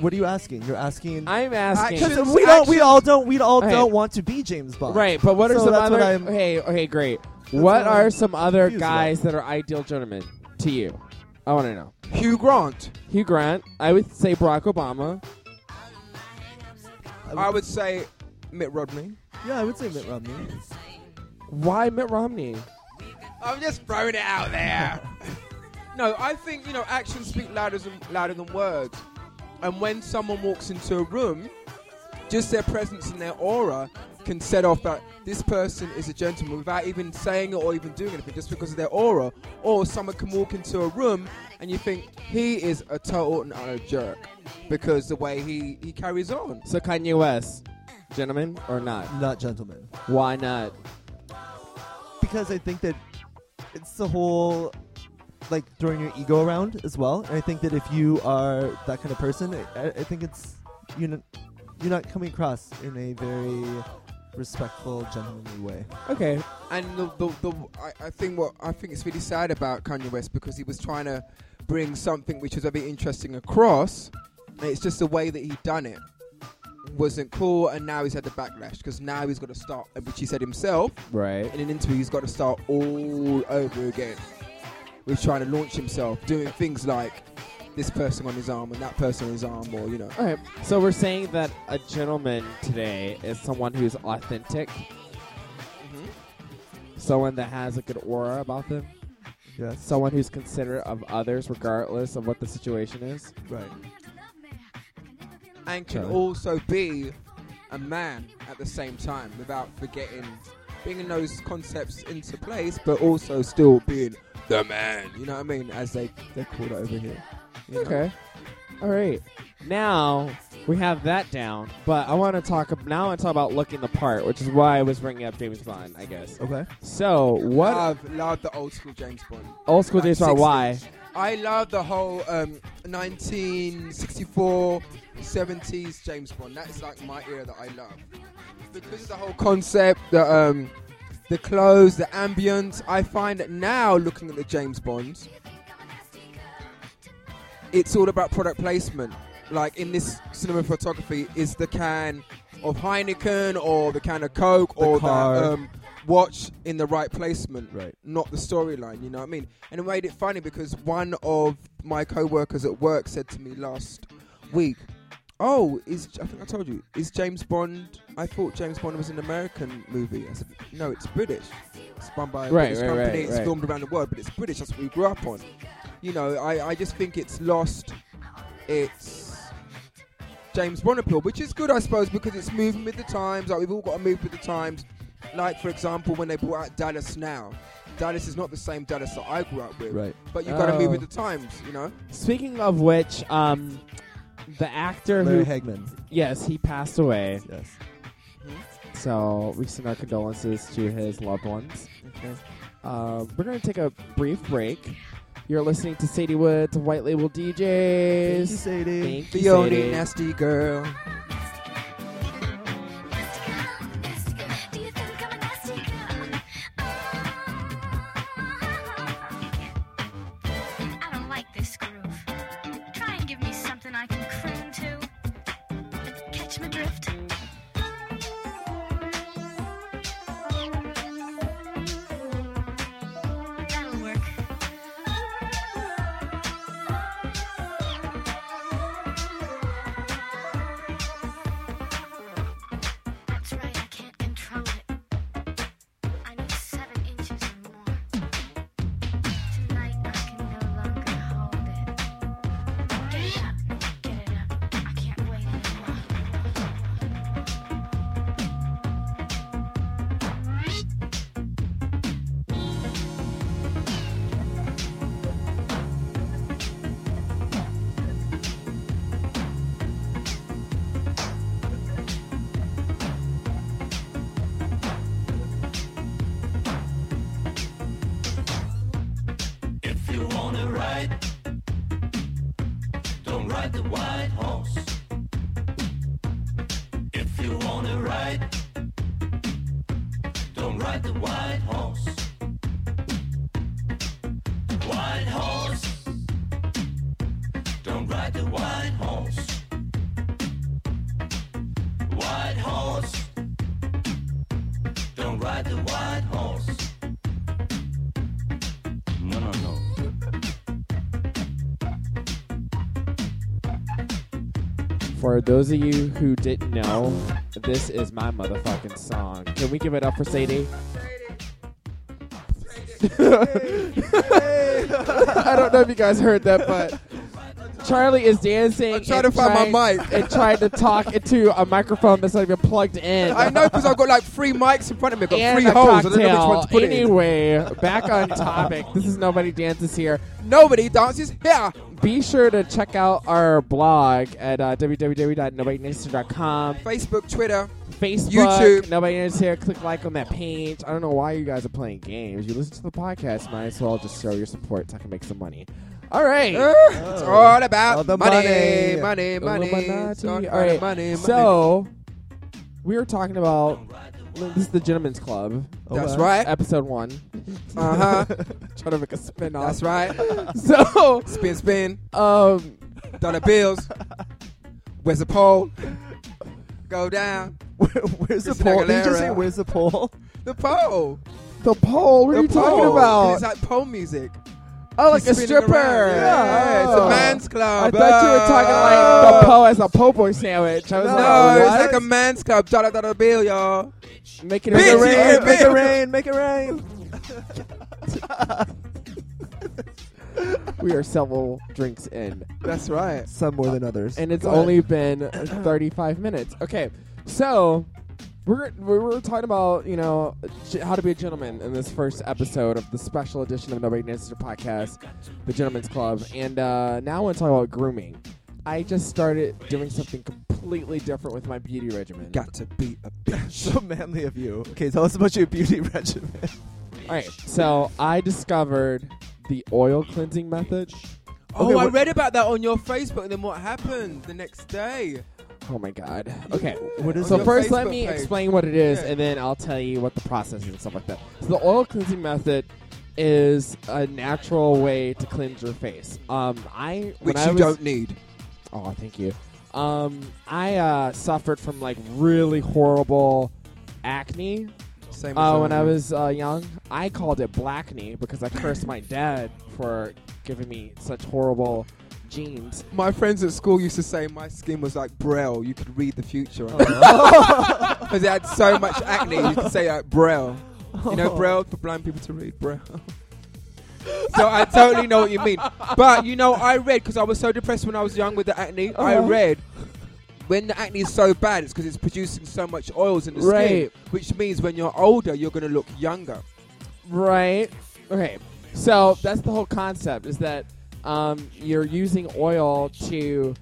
Speaker 4: what are you asking? You're asking.
Speaker 2: I'm asking.
Speaker 4: Because we don't. We all don't. We all
Speaker 2: Hey.
Speaker 4: don't want to be James Bond.
Speaker 2: Right, but what are
Speaker 4: So
Speaker 2: some
Speaker 4: that's
Speaker 2: other?
Speaker 4: what I'm-
Speaker 2: hey, okay, great. What
Speaker 4: what
Speaker 2: are
Speaker 4: I'm
Speaker 2: some other
Speaker 4: confused about.
Speaker 2: guys that are ideal gentlemen to you? I want to know.
Speaker 3: Hugh Grant.
Speaker 2: Hugh Grant. I would say Barack Obama.
Speaker 3: I would say Mitt Rodney.
Speaker 4: Yeah, I would say Mitt Romney.
Speaker 2: Why Mitt Romney?
Speaker 3: I'm just throwing it out there. no, I think you know actions speak louder than louder than words. And when someone walks into a room, just their presence and their aura can set off that this person is a gentleman without even saying it or even doing anything, just because of their aura. Or someone can walk into a room and you think he is a total and utter jerk because the way he he carries on.
Speaker 2: So Kanye West, gentlemen or not?
Speaker 4: Not gentlemen.
Speaker 2: Why not?
Speaker 4: because I think that it's the whole like throwing your ego around as well. And I think that if you are that kind of person, I, I I think it's you know you're not coming across in a very respectful, gentlemanly way.
Speaker 2: Okay,
Speaker 3: And the, the, the I, I think what I think it's really sad about Kanye West because he was trying to bring something which was very interesting across. And it's just the way that he done it wasn't cool, and now he's had the backlash because now he's got to start, which he said himself
Speaker 2: right.
Speaker 3: in an interview, he's got to start all over again with trying to launch himself, doing things like this person on his arm and that person on his arm, or you know,
Speaker 2: All right. So we're saying that a gentleman today is someone who's authentic, Mm-hmm. someone that has a good aura about them,
Speaker 4: Yes,
Speaker 2: someone who's considerate of others regardless of what the situation is.
Speaker 4: right.
Speaker 3: and can
Speaker 2: Okay.
Speaker 3: also be a man at the same time without forgetting bringing those concepts into place, but also still being the man. You know what I mean? As they they call it over here. you know?
Speaker 2: Okay. All right. Now we have that down, but I want to talk. ab- Now I want to talk about looking the part, which is why I was bringing up James Bond, I guess.
Speaker 4: Okay.
Speaker 2: So what Oh.
Speaker 3: Love, love the old school James Bond.
Speaker 2: old school
Speaker 3: like
Speaker 2: James Bond?
Speaker 3: 60s.
Speaker 2: Why?
Speaker 3: I love the whole um, 1964, 70s James Bond. That's like my era that I love because the whole concept, the um, the clothes, the ambience. I find that now looking at the James Bonds, it's all about product placement. Like in this cinema photography, is the can of Heineken or the can of Coke
Speaker 4: The
Speaker 3: or
Speaker 4: car.
Speaker 3: the um, watch in the right placement
Speaker 4: Right.
Speaker 3: not the storyline. You know what I mean? And it made it funny because one of my co-workers at work said to me last week, "Oh, is I think I told you is James Bond? I thought James Bond was an American movie." I said, "No, it's British. It's run by a
Speaker 2: Right,
Speaker 3: British
Speaker 2: right,
Speaker 3: company.
Speaker 2: right,
Speaker 3: it's
Speaker 2: right.
Speaker 3: filmed around the world, but it's British. That's what we grew up on." You know, I, I just think it's lost. It's James Bond appeal, which is good, I suppose, because it's moving with the times. Like we've all got to move with the times. Like for example, when they brought out Dallas now, Dallas is not the same Dallas that I grew up with.
Speaker 4: Right.
Speaker 3: But you've got to move
Speaker 2: Oh.
Speaker 3: with the times, you know.
Speaker 2: Speaking of which, um, the actor
Speaker 4: Larry
Speaker 2: who
Speaker 4: Hagman.
Speaker 2: yes, he passed away.
Speaker 4: Yes.
Speaker 2: So we send our condolences to his loved ones. Uh, we're going to take a brief break. You're listening to Sadie Woods, White Label DJs.
Speaker 4: Thank you, Sadie.
Speaker 2: Thank you,
Speaker 3: The only
Speaker 2: Sadie.
Speaker 3: nasty girl.
Speaker 6: Do you think I'm a nasty girl? Oh. I don't like this groove. Try and give me something I can croon to. But catch my drift. That'll work. That's right, I can't control it. I need seven inches or more. Tonight I can no longer hold it. Get it up, get it up. I can't wait anymore.
Speaker 7: If you wanna ride, don't ride the white horse. If you wanna ride, don't ride the white horse. White horse, don't ride the white horse. White horse, don't ride the white horse. No, no, no.
Speaker 2: For those of you who didn't know, this is my motherfucking song. Can we give it up for Sadie? I don't know if you guys heard that, but Charlie is dancing.
Speaker 3: I'm trying
Speaker 2: and
Speaker 3: to find my
Speaker 2: trying-
Speaker 3: mic.
Speaker 2: and trying to talk into a microphone that's not even plugged in.
Speaker 3: I know because I've got like three mics in front of me. I've got
Speaker 2: And
Speaker 3: three
Speaker 2: a
Speaker 3: holes. I
Speaker 2: cocktail.
Speaker 3: don't know which one to put it in.
Speaker 2: anyway, back on topic. This is nobody dances here.
Speaker 3: Nobody dances here.
Speaker 2: Be sure to check out our blog at uh, www.nobodydances.com.
Speaker 3: Facebook, Twitter.
Speaker 2: Facebook,
Speaker 3: YouTube.
Speaker 2: Nobody is here. Click like on that page. I don't know why you guys are playing games. You listen to the podcast, might as well just show your support so I can make some money. All right.
Speaker 3: Uh, It's
Speaker 2: Oh.
Speaker 3: all about
Speaker 4: All the
Speaker 3: money,
Speaker 4: money.
Speaker 3: money, money. It's all
Speaker 2: Illuminati.
Speaker 3: about
Speaker 2: All right.
Speaker 3: money, money.
Speaker 2: so we were talking about this is the Gentlemen's Club,
Speaker 3: that's
Speaker 4: Okay.
Speaker 3: right.
Speaker 2: episode one.
Speaker 3: Uh huh.
Speaker 2: Trying to make a spin off.
Speaker 3: That's right.
Speaker 2: So,
Speaker 3: Spin, spin.
Speaker 2: um,
Speaker 3: Dollar bills. Where's the pole? Go down.
Speaker 4: Where, where's the
Speaker 3: Christina
Speaker 4: poll? Did you just say
Speaker 3: Aguilera.
Speaker 4: where's the poll?
Speaker 3: The pole.
Speaker 2: the poll. What
Speaker 3: the
Speaker 2: are you
Speaker 3: pole.
Speaker 2: talking
Speaker 3: 'Cause
Speaker 2: about?
Speaker 3: It's like pole music.
Speaker 2: oh, like
Speaker 3: He's
Speaker 2: a
Speaker 3: spinning
Speaker 2: stripper.
Speaker 3: around. Yeah,
Speaker 2: Oh.
Speaker 3: it's a man's
Speaker 2: I
Speaker 3: club. Oh.
Speaker 2: thought you were talking like the po as a po' boy sandwich. I was
Speaker 4: No,
Speaker 2: like,
Speaker 3: No,
Speaker 2: what?
Speaker 3: it's like a man's club. Dollar dollar bill, y'all.
Speaker 2: Making
Speaker 3: Make
Speaker 2: it
Speaker 3: it
Speaker 2: rain.
Speaker 3: rain,
Speaker 2: Make
Speaker 4: make
Speaker 2: it
Speaker 4: it
Speaker 3: bitch.
Speaker 4: rain, make it rain.
Speaker 2: rain. We are several drinks in,
Speaker 3: That's right.
Speaker 4: Some more than others.
Speaker 2: and it's
Speaker 4: Go ahead.
Speaker 2: only been 35 minutes. Okay, so we're we were talking about you know g- how to be a gentleman in this first episode of the special edition of Nobody Dances Your Podcast, the Gentleman's Club, and uh, now I want to talk about grooming. I just started doing something completely different with my beauty regimen.
Speaker 3: Got to be a bitch.
Speaker 4: so manly of you. Okay, tell us about your beauty regimen.
Speaker 2: All right, so I discovered the oil cleansing method.
Speaker 3: Oh,
Speaker 4: Okay,
Speaker 3: I
Speaker 4: what-
Speaker 3: read about that on your Facebook, and then what happened the next day?
Speaker 2: Oh my god. Okay.
Speaker 4: What is
Speaker 2: So
Speaker 3: your
Speaker 2: first, let
Speaker 3: Facebook
Speaker 2: me
Speaker 3: page.
Speaker 2: explain what it is,
Speaker 3: Yeah.
Speaker 2: and then I'll tell you what the process is and stuff like that. So the oil cleansing method is a natural way to cleanse your face. Um, I when
Speaker 3: Which
Speaker 2: I
Speaker 3: you
Speaker 2: was,
Speaker 3: don't need.
Speaker 2: Oh, thank you. Um, I uh, suffered from like really horrible acne
Speaker 3: Same as
Speaker 2: uh, when I was uh, young. I called it blackney because I cursed my dad for giving me such horrible genes.
Speaker 3: My friends at school used to say my skin was like Braille. You could read the future.
Speaker 2: Oh,
Speaker 3: Because it had so much acne, you could say like Braille. You
Speaker 2: Oh.
Speaker 3: know Braille? For blind people to read Braille. so I totally know what you mean. But, you know, I read, because I was so depressed when I was young with the acne, I
Speaker 2: Uh-huh.
Speaker 3: read when the acne is so bad, it's because it's producing so much oils in the
Speaker 2: Right.
Speaker 3: skin, which means when you're older, you're going to look younger.
Speaker 2: Right. Okay. So that's the whole concept is that um, you're using oil to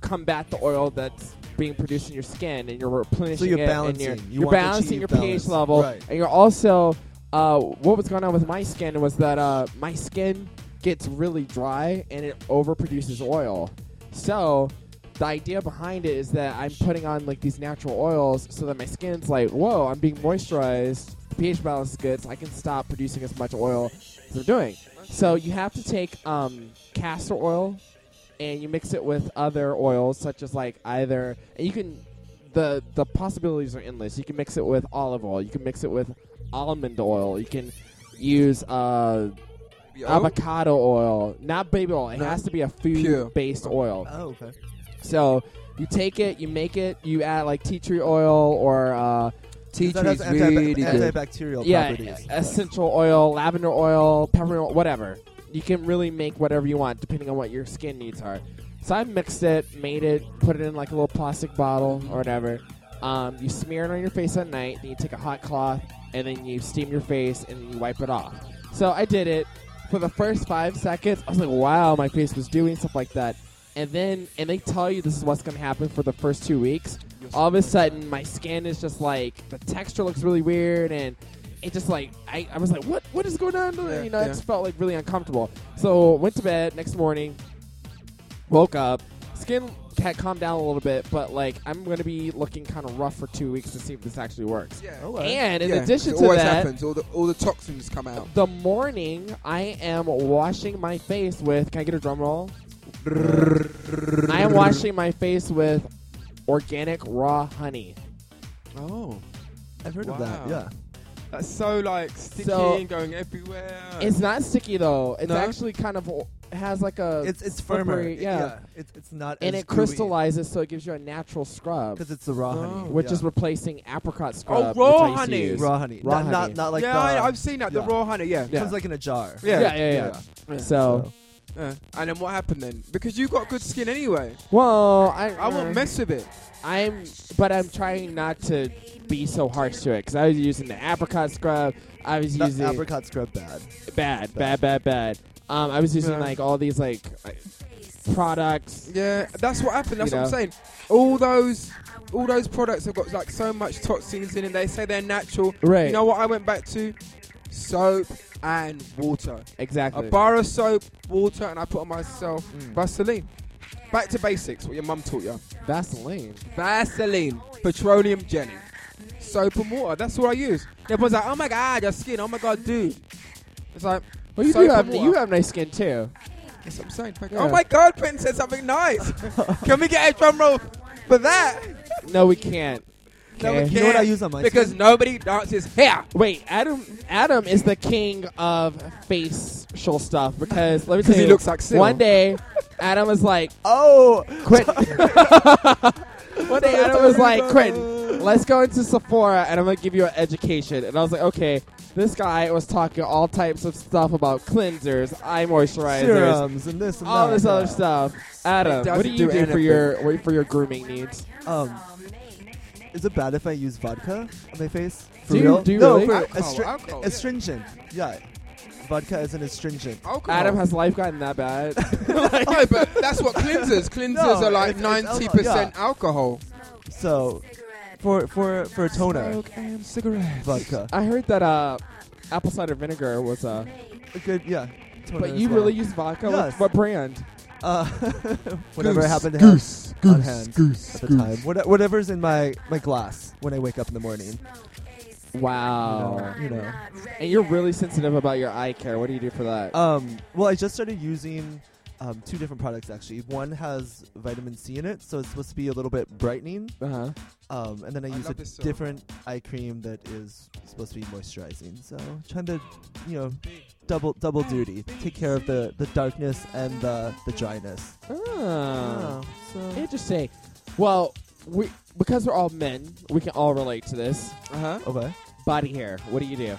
Speaker 2: combat the oil that's being produced in your skin, and you're replenishing
Speaker 4: So you're
Speaker 2: it, and you're,
Speaker 4: balancing. You
Speaker 2: you're
Speaker 4: want to
Speaker 2: balancing
Speaker 4: achieve
Speaker 2: your
Speaker 4: balance.
Speaker 2: pH level,
Speaker 4: Right.
Speaker 2: and you're also uh, what was going on with my skin was that uh, my skin gets really dry and it overproduces oil. So the idea behind it is that I'm putting on like these natural oils so that my skin's like, whoa, I'm being moisturized. The pH balance is good, so I can stop producing as much oil as I'm doing. So you have to take um, castor oil and you mix it with other oils such as like either and you can the the possibilities are endless. You can mix it with olive oil. You can mix it with almond oil. You can use uh,
Speaker 3: Yo.
Speaker 2: avocado oil, not baby oil. It has to be a
Speaker 3: Oh. Pure.
Speaker 2: food based oil.
Speaker 4: Oh, okay.
Speaker 2: So you take it, you make it, you add like tea tree oil or uh,
Speaker 3: Tea
Speaker 4: 'Cause that
Speaker 3: tree
Speaker 4: has
Speaker 3: is
Speaker 4: anti-
Speaker 3: really good.
Speaker 4: antibacterial
Speaker 2: yeah,
Speaker 4: Oh, properties.
Speaker 2: essential oil, lavender oil, peppermint, oil, whatever. You can really make whatever you want depending on what your skin needs are. So I mixed it, made it, put it in like a little plastic bottle or whatever. Um, you smear it on your face at night, then you take a hot cloth and then you steam your face and then you wipe it off. So I did it for the first five seconds. I was like, wow, my face was doing stuff like that. And then, and they tell you this is what's going to happen for the first two weeks. All of a sudden, my skin is just like the texture looks really weird, and it just like I, I was like, what, what is going on?
Speaker 3: Yeah,
Speaker 2: you know,
Speaker 3: yeah.
Speaker 2: it just felt like really uncomfortable. So went to bed next morning, woke up, skin had calmed down a little bit, but like I'm going to be looking kind of rough for two weeks to see if this actually works.
Speaker 3: Yeah.
Speaker 4: Okay.
Speaker 2: And Oh, in
Speaker 3: Yeah,
Speaker 2: addition
Speaker 3: it
Speaker 2: to
Speaker 3: always
Speaker 2: that,
Speaker 3: happens. All the, all the toxins come out.
Speaker 2: the morning I am washing my face with. Can I get a drum roll? I am washing my face with organic raw honey.
Speaker 3: Oh.
Speaker 4: I've heard of
Speaker 3: Wow.
Speaker 4: that. Yeah.
Speaker 3: That's so like sticky
Speaker 2: So-
Speaker 3: and going everywhere.
Speaker 2: It's not sticky though. It's
Speaker 3: No?
Speaker 2: actually kind of it has like a
Speaker 4: It's it's firmer.
Speaker 2: slippery- yeah.
Speaker 4: It's it's not
Speaker 2: and it crystallizes, so it gives you a natural scrub,
Speaker 4: because it's the raw
Speaker 3: Oh.
Speaker 4: honey,
Speaker 2: which
Speaker 4: yeah.
Speaker 2: is replacing apricot scrub.
Speaker 3: raw
Speaker 2: which I used to
Speaker 3: honey.
Speaker 2: use.
Speaker 4: raw honey.
Speaker 2: raw
Speaker 4: not, not
Speaker 2: honey.
Speaker 4: not like
Speaker 3: yeah,
Speaker 4: the,
Speaker 3: I, I've seen that. The
Speaker 4: yeah.
Speaker 3: raw honey, yeah.
Speaker 2: Yeah.
Speaker 4: comes like in a jar.
Speaker 3: Yeah.
Speaker 2: Yeah, yeah, yeah. So,
Speaker 3: Yeah. And then what happened then? Because you got good skin anyway.
Speaker 2: well, I um,
Speaker 3: I won't mess with it.
Speaker 2: I'm, but I'm trying not to be so harsh to it because I was using the apricot scrub. I was
Speaker 4: That
Speaker 2: using
Speaker 4: apricot scrub bad.
Speaker 2: bad, bad, bad, bad. Um, I was using
Speaker 3: Yeah.
Speaker 2: like all these like products.
Speaker 3: Yeah, that's what happened. That's
Speaker 2: You
Speaker 3: what I'm
Speaker 2: know?
Speaker 3: saying. All those, all those products have got like so much toxins in, and they say they're natural.
Speaker 2: Right.
Speaker 3: You know what? I went back to soap and water. A
Speaker 2: Exactly.
Speaker 3: bar of soap, water, and I put on myself
Speaker 4: Mm.
Speaker 3: Vaseline. Back to basics. What your mum taught you.
Speaker 2: Vaseline.
Speaker 3: Vaseline, petroleum jelly, soap and water. That's what I use. Everyone's like, "Oh my god, your skin! Oh my god, dude!" It's like,
Speaker 2: Well, you
Speaker 3: soap
Speaker 2: do
Speaker 3: and
Speaker 2: have
Speaker 3: water.
Speaker 2: you have nice skin too.
Speaker 3: That's what I'm saying. Thank-
Speaker 2: Yeah.
Speaker 3: Oh my god, Ben said something nice. Can we get a drum roll for that?
Speaker 2: No, we can't.
Speaker 3: No, we
Speaker 2: Okay.
Speaker 3: can't.
Speaker 4: You know what I use on my
Speaker 3: because
Speaker 4: skin?
Speaker 3: nobody dances here.
Speaker 2: Wait, Adam. Adam is the king of facial stuff because let me tell
Speaker 3: he
Speaker 2: you,
Speaker 3: looks like Sil.
Speaker 2: one day Adam was like,
Speaker 4: Oh,
Speaker 2: "Quit." one day Adam was like, "Quentin, let's go into Sephora and I'm gonna give you an education." And I was like, "Okay." This guy was talking all types of stuff about cleansers, eye moisturizers,
Speaker 4: serums and this and
Speaker 2: all
Speaker 4: that.
Speaker 2: this other
Speaker 4: yeah.
Speaker 2: stuff. Adam,
Speaker 3: doesn't
Speaker 2: what do you
Speaker 3: do
Speaker 2: do, for
Speaker 3: anything.
Speaker 2: your what- for your grooming needs?
Speaker 4: Um, is it bad if I use vodka on my face? For
Speaker 2: Do you-
Speaker 4: real?
Speaker 2: do you
Speaker 4: no,
Speaker 2: really?
Speaker 4: for
Speaker 3: Alcohol,
Speaker 4: astri-
Speaker 3: alcohol, yeah.
Speaker 4: astringent. Yeah. Vodka is an astringent.
Speaker 3: Alcohol.
Speaker 2: Adam, has life gotten that bad?
Speaker 3: no, but that's what cleansers. Cleansers
Speaker 4: No,
Speaker 3: are like
Speaker 4: it's- it's alcohol,
Speaker 3: ninety percent alcohol.
Speaker 4: So, for for for a toner,
Speaker 3: and cigarettes.
Speaker 4: vodka.
Speaker 2: I heard that uh, apple cider vinegar was uh,
Speaker 4: A good, yeah. Toner
Speaker 2: but
Speaker 4: as
Speaker 2: you
Speaker 4: well.
Speaker 2: really use vodka. What-
Speaker 4: Yes.
Speaker 2: What brand?
Speaker 4: uh, whatever I
Speaker 3: Goose,
Speaker 4: happen to
Speaker 5: Goose,
Speaker 4: have on
Speaker 5: goose,
Speaker 4: hand
Speaker 5: goose,
Speaker 4: at the
Speaker 5: goose.
Speaker 4: time. What, whatever's in my my glass when I wake up in the morning.
Speaker 2: Wow.
Speaker 4: You know.
Speaker 2: And you're really sensitive about your eye care. What do you do for that?
Speaker 4: Um, well, I just started using um, two different products actually. One has vitamin C in it, so it's supposed to be a little bit brightening.
Speaker 2: Uh-huh.
Speaker 4: Um, and then I,
Speaker 3: I
Speaker 4: use a
Speaker 3: love this song.
Speaker 4: different eye cream that is supposed to be moisturizing. So trying to, you know, double double duty, take care of the, the darkness and the the dryness.
Speaker 2: Oh.
Speaker 4: so
Speaker 2: Interesting. Well, we because we're all men, we can all relate to this.
Speaker 3: Uh huh.
Speaker 4: okay.
Speaker 2: Body hair. What do you do?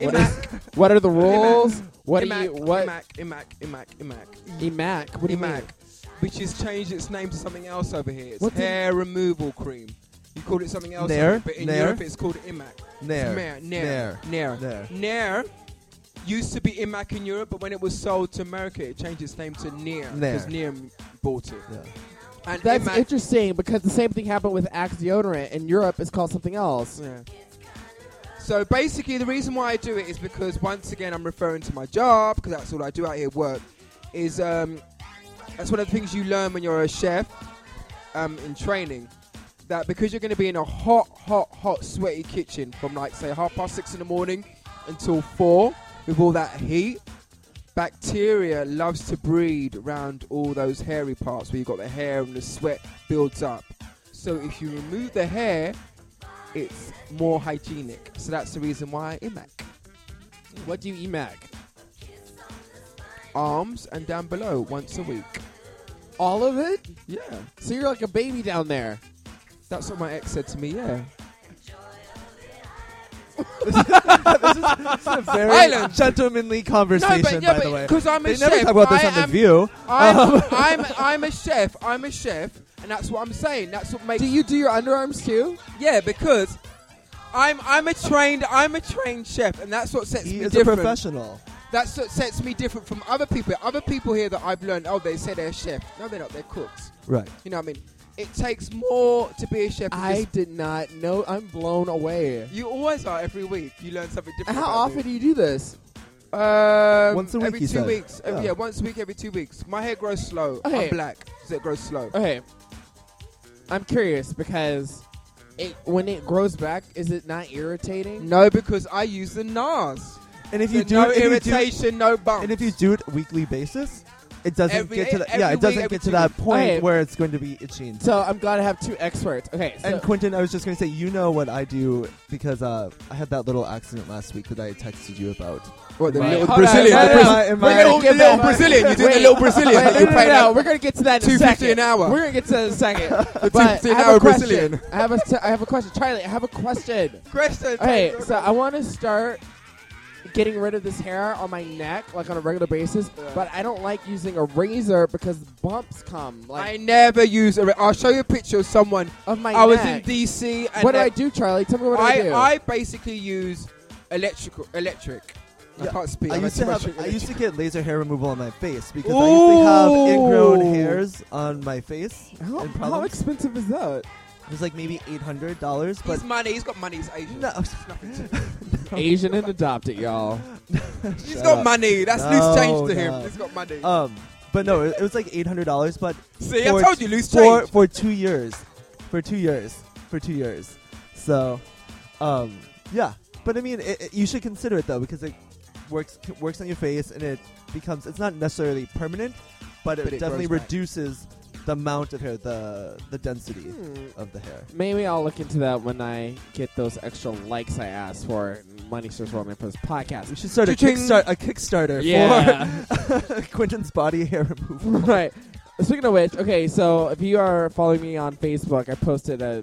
Speaker 2: What, is,
Speaker 3: Imac,
Speaker 2: what are the rules? What do
Speaker 3: Imac,
Speaker 2: you what?
Speaker 3: Imac, Imac, Imac, Imac.
Speaker 2: Emac. What do you
Speaker 3: Imac.
Speaker 2: mean?
Speaker 3: which has changed its name to something else over here. It's
Speaker 4: What the-
Speaker 3: hair removal cream. You called it something else, over
Speaker 4: Nair?
Speaker 3: here, but in
Speaker 4: Nair?
Speaker 3: Europe it's called Imac.
Speaker 4: Nair.
Speaker 3: Nair, Nair, Nair,
Speaker 4: Nair.
Speaker 3: Nair used to be Imac in Europe, but when it was sold to America, it changed its name to Nair
Speaker 4: Nair.
Speaker 3: because Nair bought it.
Speaker 4: Yeah.
Speaker 3: And
Speaker 2: That's
Speaker 3: Imac,
Speaker 2: interesting because the same thing happened with Axe deodorant in Europe. It's called something else.
Speaker 3: Yeah. So basically, the reason why I do it is because once again, I'm referring to my job because that's all I do out here. Work is um, that's one of the things you learn when you're a chef um, in training. That because you're going to be in a hot, hot, hot, sweaty kitchen from like say half past six in the morning until four with all that heat, bacteria loves to breed around all those hairy parts where you've got the hair and the sweat builds up. So if you remove the hair, it's more hygienic. So that's the reason why IMAC.
Speaker 2: What do you eat, Mac?
Speaker 3: Arms and down below once a week.
Speaker 2: All of it?
Speaker 3: Yeah.
Speaker 2: So you're like a baby down there.
Speaker 3: That's what my ex said to me, yeah.
Speaker 4: It's a very
Speaker 3: Island.
Speaker 4: gentlemanly conversation, by the way.
Speaker 3: because I'm a
Speaker 4: They
Speaker 3: chef.
Speaker 4: never talk about this
Speaker 3: I
Speaker 4: on The
Speaker 3: am-
Speaker 4: View.
Speaker 3: I'm, I'm, I'm a chef. I'm a chef. And that's what I'm saying. That's what makes.
Speaker 2: Do you do your underarms too?
Speaker 3: yeah, because I'm, I'm a trained I'm a trained chef, and that's what sets
Speaker 4: He
Speaker 3: me
Speaker 4: is a
Speaker 3: different.
Speaker 4: professional.
Speaker 3: That's what sets me different from other people. Other people here that I've learned, oh, they say they're a chef. No, they're not. They're cooks.
Speaker 4: Right.
Speaker 3: You know what I mean? It takes more to be a chef. than
Speaker 2: I
Speaker 3: just
Speaker 2: did not know. I'm blown away.
Speaker 3: You always are every week. You learn something different.
Speaker 2: How
Speaker 3: about
Speaker 2: often
Speaker 3: me.
Speaker 2: do you do this?
Speaker 3: Um,
Speaker 4: Once a week,
Speaker 3: Every
Speaker 4: you
Speaker 3: two
Speaker 4: said.
Speaker 3: weeks. Every,
Speaker 4: Yeah.
Speaker 3: yeah. once a week, every two weeks. My hair grows slow.
Speaker 2: Okay.
Speaker 3: I'm black, so it grows slow.
Speaker 2: Okay, I'm curious because it when it grows back, is it not irritating?
Speaker 3: No, because I use the NARS.
Speaker 4: And if
Speaker 3: So
Speaker 4: you do,
Speaker 3: no
Speaker 4: if you do-
Speaker 3: irritation, no bumps.
Speaker 4: and if you do it weekly basis, it doesn't
Speaker 3: Oh. Every-
Speaker 4: get to that.
Speaker 3: every
Speaker 4: Yeah, it
Speaker 3: week,
Speaker 4: doesn't
Speaker 3: every
Speaker 4: get to
Speaker 3: two
Speaker 4: that
Speaker 3: weeks.
Speaker 4: point
Speaker 2: Okay.
Speaker 4: where it's going to be itching.
Speaker 2: So I'm glad I have two experts. Okay, so
Speaker 4: and Quentin, I was just going to say, you know what I do because uh, I had that little accident last week that I texted you about.
Speaker 3: what, the
Speaker 4: Right.
Speaker 3: little
Speaker 2: Hold on,
Speaker 3: Brazilian?
Speaker 2: hold
Speaker 3: the
Speaker 2: on.
Speaker 3: Braz-
Speaker 4: Am I- am
Speaker 3: the
Speaker 4: I-
Speaker 3: little, the
Speaker 2: Get
Speaker 3: little
Speaker 2: back.
Speaker 3: Brazilian. You did the
Speaker 2: Wait.
Speaker 3: little Brazilian.
Speaker 2: Wait,
Speaker 3: that
Speaker 2: no,
Speaker 3: you
Speaker 2: no, no,
Speaker 3: played
Speaker 2: no,
Speaker 3: at-
Speaker 2: We're gonna get to that in a
Speaker 3: 250
Speaker 2: second.
Speaker 3: an hour.
Speaker 2: We're gonna get to that in a second.
Speaker 3: The
Speaker 2: but
Speaker 3: 250
Speaker 2: I
Speaker 3: an
Speaker 2: have
Speaker 3: hour
Speaker 2: a question.
Speaker 3: Brazilian.
Speaker 2: I have a, I have a question, Charlie. I have a question.
Speaker 3: Question.
Speaker 2: Okay, so I want to start getting rid of this hair on my neck, like on a regular basis. But I don't like using a razor because bumps come,
Speaker 3: I
Speaker 2: like
Speaker 3: never use a. Ra- I'll show you a picture of someone.
Speaker 2: of my
Speaker 3: I was in
Speaker 2: neck.
Speaker 3: DC. And
Speaker 2: what do
Speaker 3: they-
Speaker 2: I do, Charlie? Tell me what
Speaker 3: I,
Speaker 2: I, do.
Speaker 3: I basically use electrical electric. I
Speaker 4: Yeah,
Speaker 3: can't speak.
Speaker 4: I
Speaker 3: I'm
Speaker 4: used
Speaker 3: too
Speaker 4: to
Speaker 3: much
Speaker 4: have I used to
Speaker 3: electric.
Speaker 4: get laser hair removal on my face because I used to have ingrown
Speaker 3: Ooh.
Speaker 4: hairs on my face.
Speaker 2: how,
Speaker 4: and
Speaker 2: how
Speaker 4: problems.
Speaker 2: expensive is that?
Speaker 4: it was like maybe eight hundred dollars, but
Speaker 3: He's money. He's got money. He's Asian.
Speaker 4: no,
Speaker 2: Asian and adopted, y'all.
Speaker 3: he's
Speaker 4: shut
Speaker 3: got
Speaker 4: up.
Speaker 3: money. That's
Speaker 4: No,
Speaker 3: loose change to
Speaker 4: no.
Speaker 3: him. He's got money.
Speaker 4: um, but no, it, it was like eight hundred dollars, but
Speaker 3: See, I
Speaker 4: for-
Speaker 3: told you, loose
Speaker 4: for
Speaker 3: change.
Speaker 4: for two years, for two years, for two years. So, um, yeah, but I mean, it, it- you should consider it though because it works c- works on your face and it becomes it's not necessarily permanent, but it,
Speaker 3: But it
Speaker 4: definitely
Speaker 3: grows back.
Speaker 4: reduces the amount of hair, the the density
Speaker 3: Hmm.
Speaker 4: of the hair.
Speaker 2: Hmm. Maybe I'll look into that when I get those extra likes I asked for. Money Source Roman for this
Speaker 4: We
Speaker 2: podcast.
Speaker 4: should start a,
Speaker 3: Cha-ching.
Speaker 4: kickstart, a Kickstarter
Speaker 2: Yeah.
Speaker 4: for Quentin's body hair removal.
Speaker 2: right. Speaking of which, okay, so if you are following me on Facebook, I posted a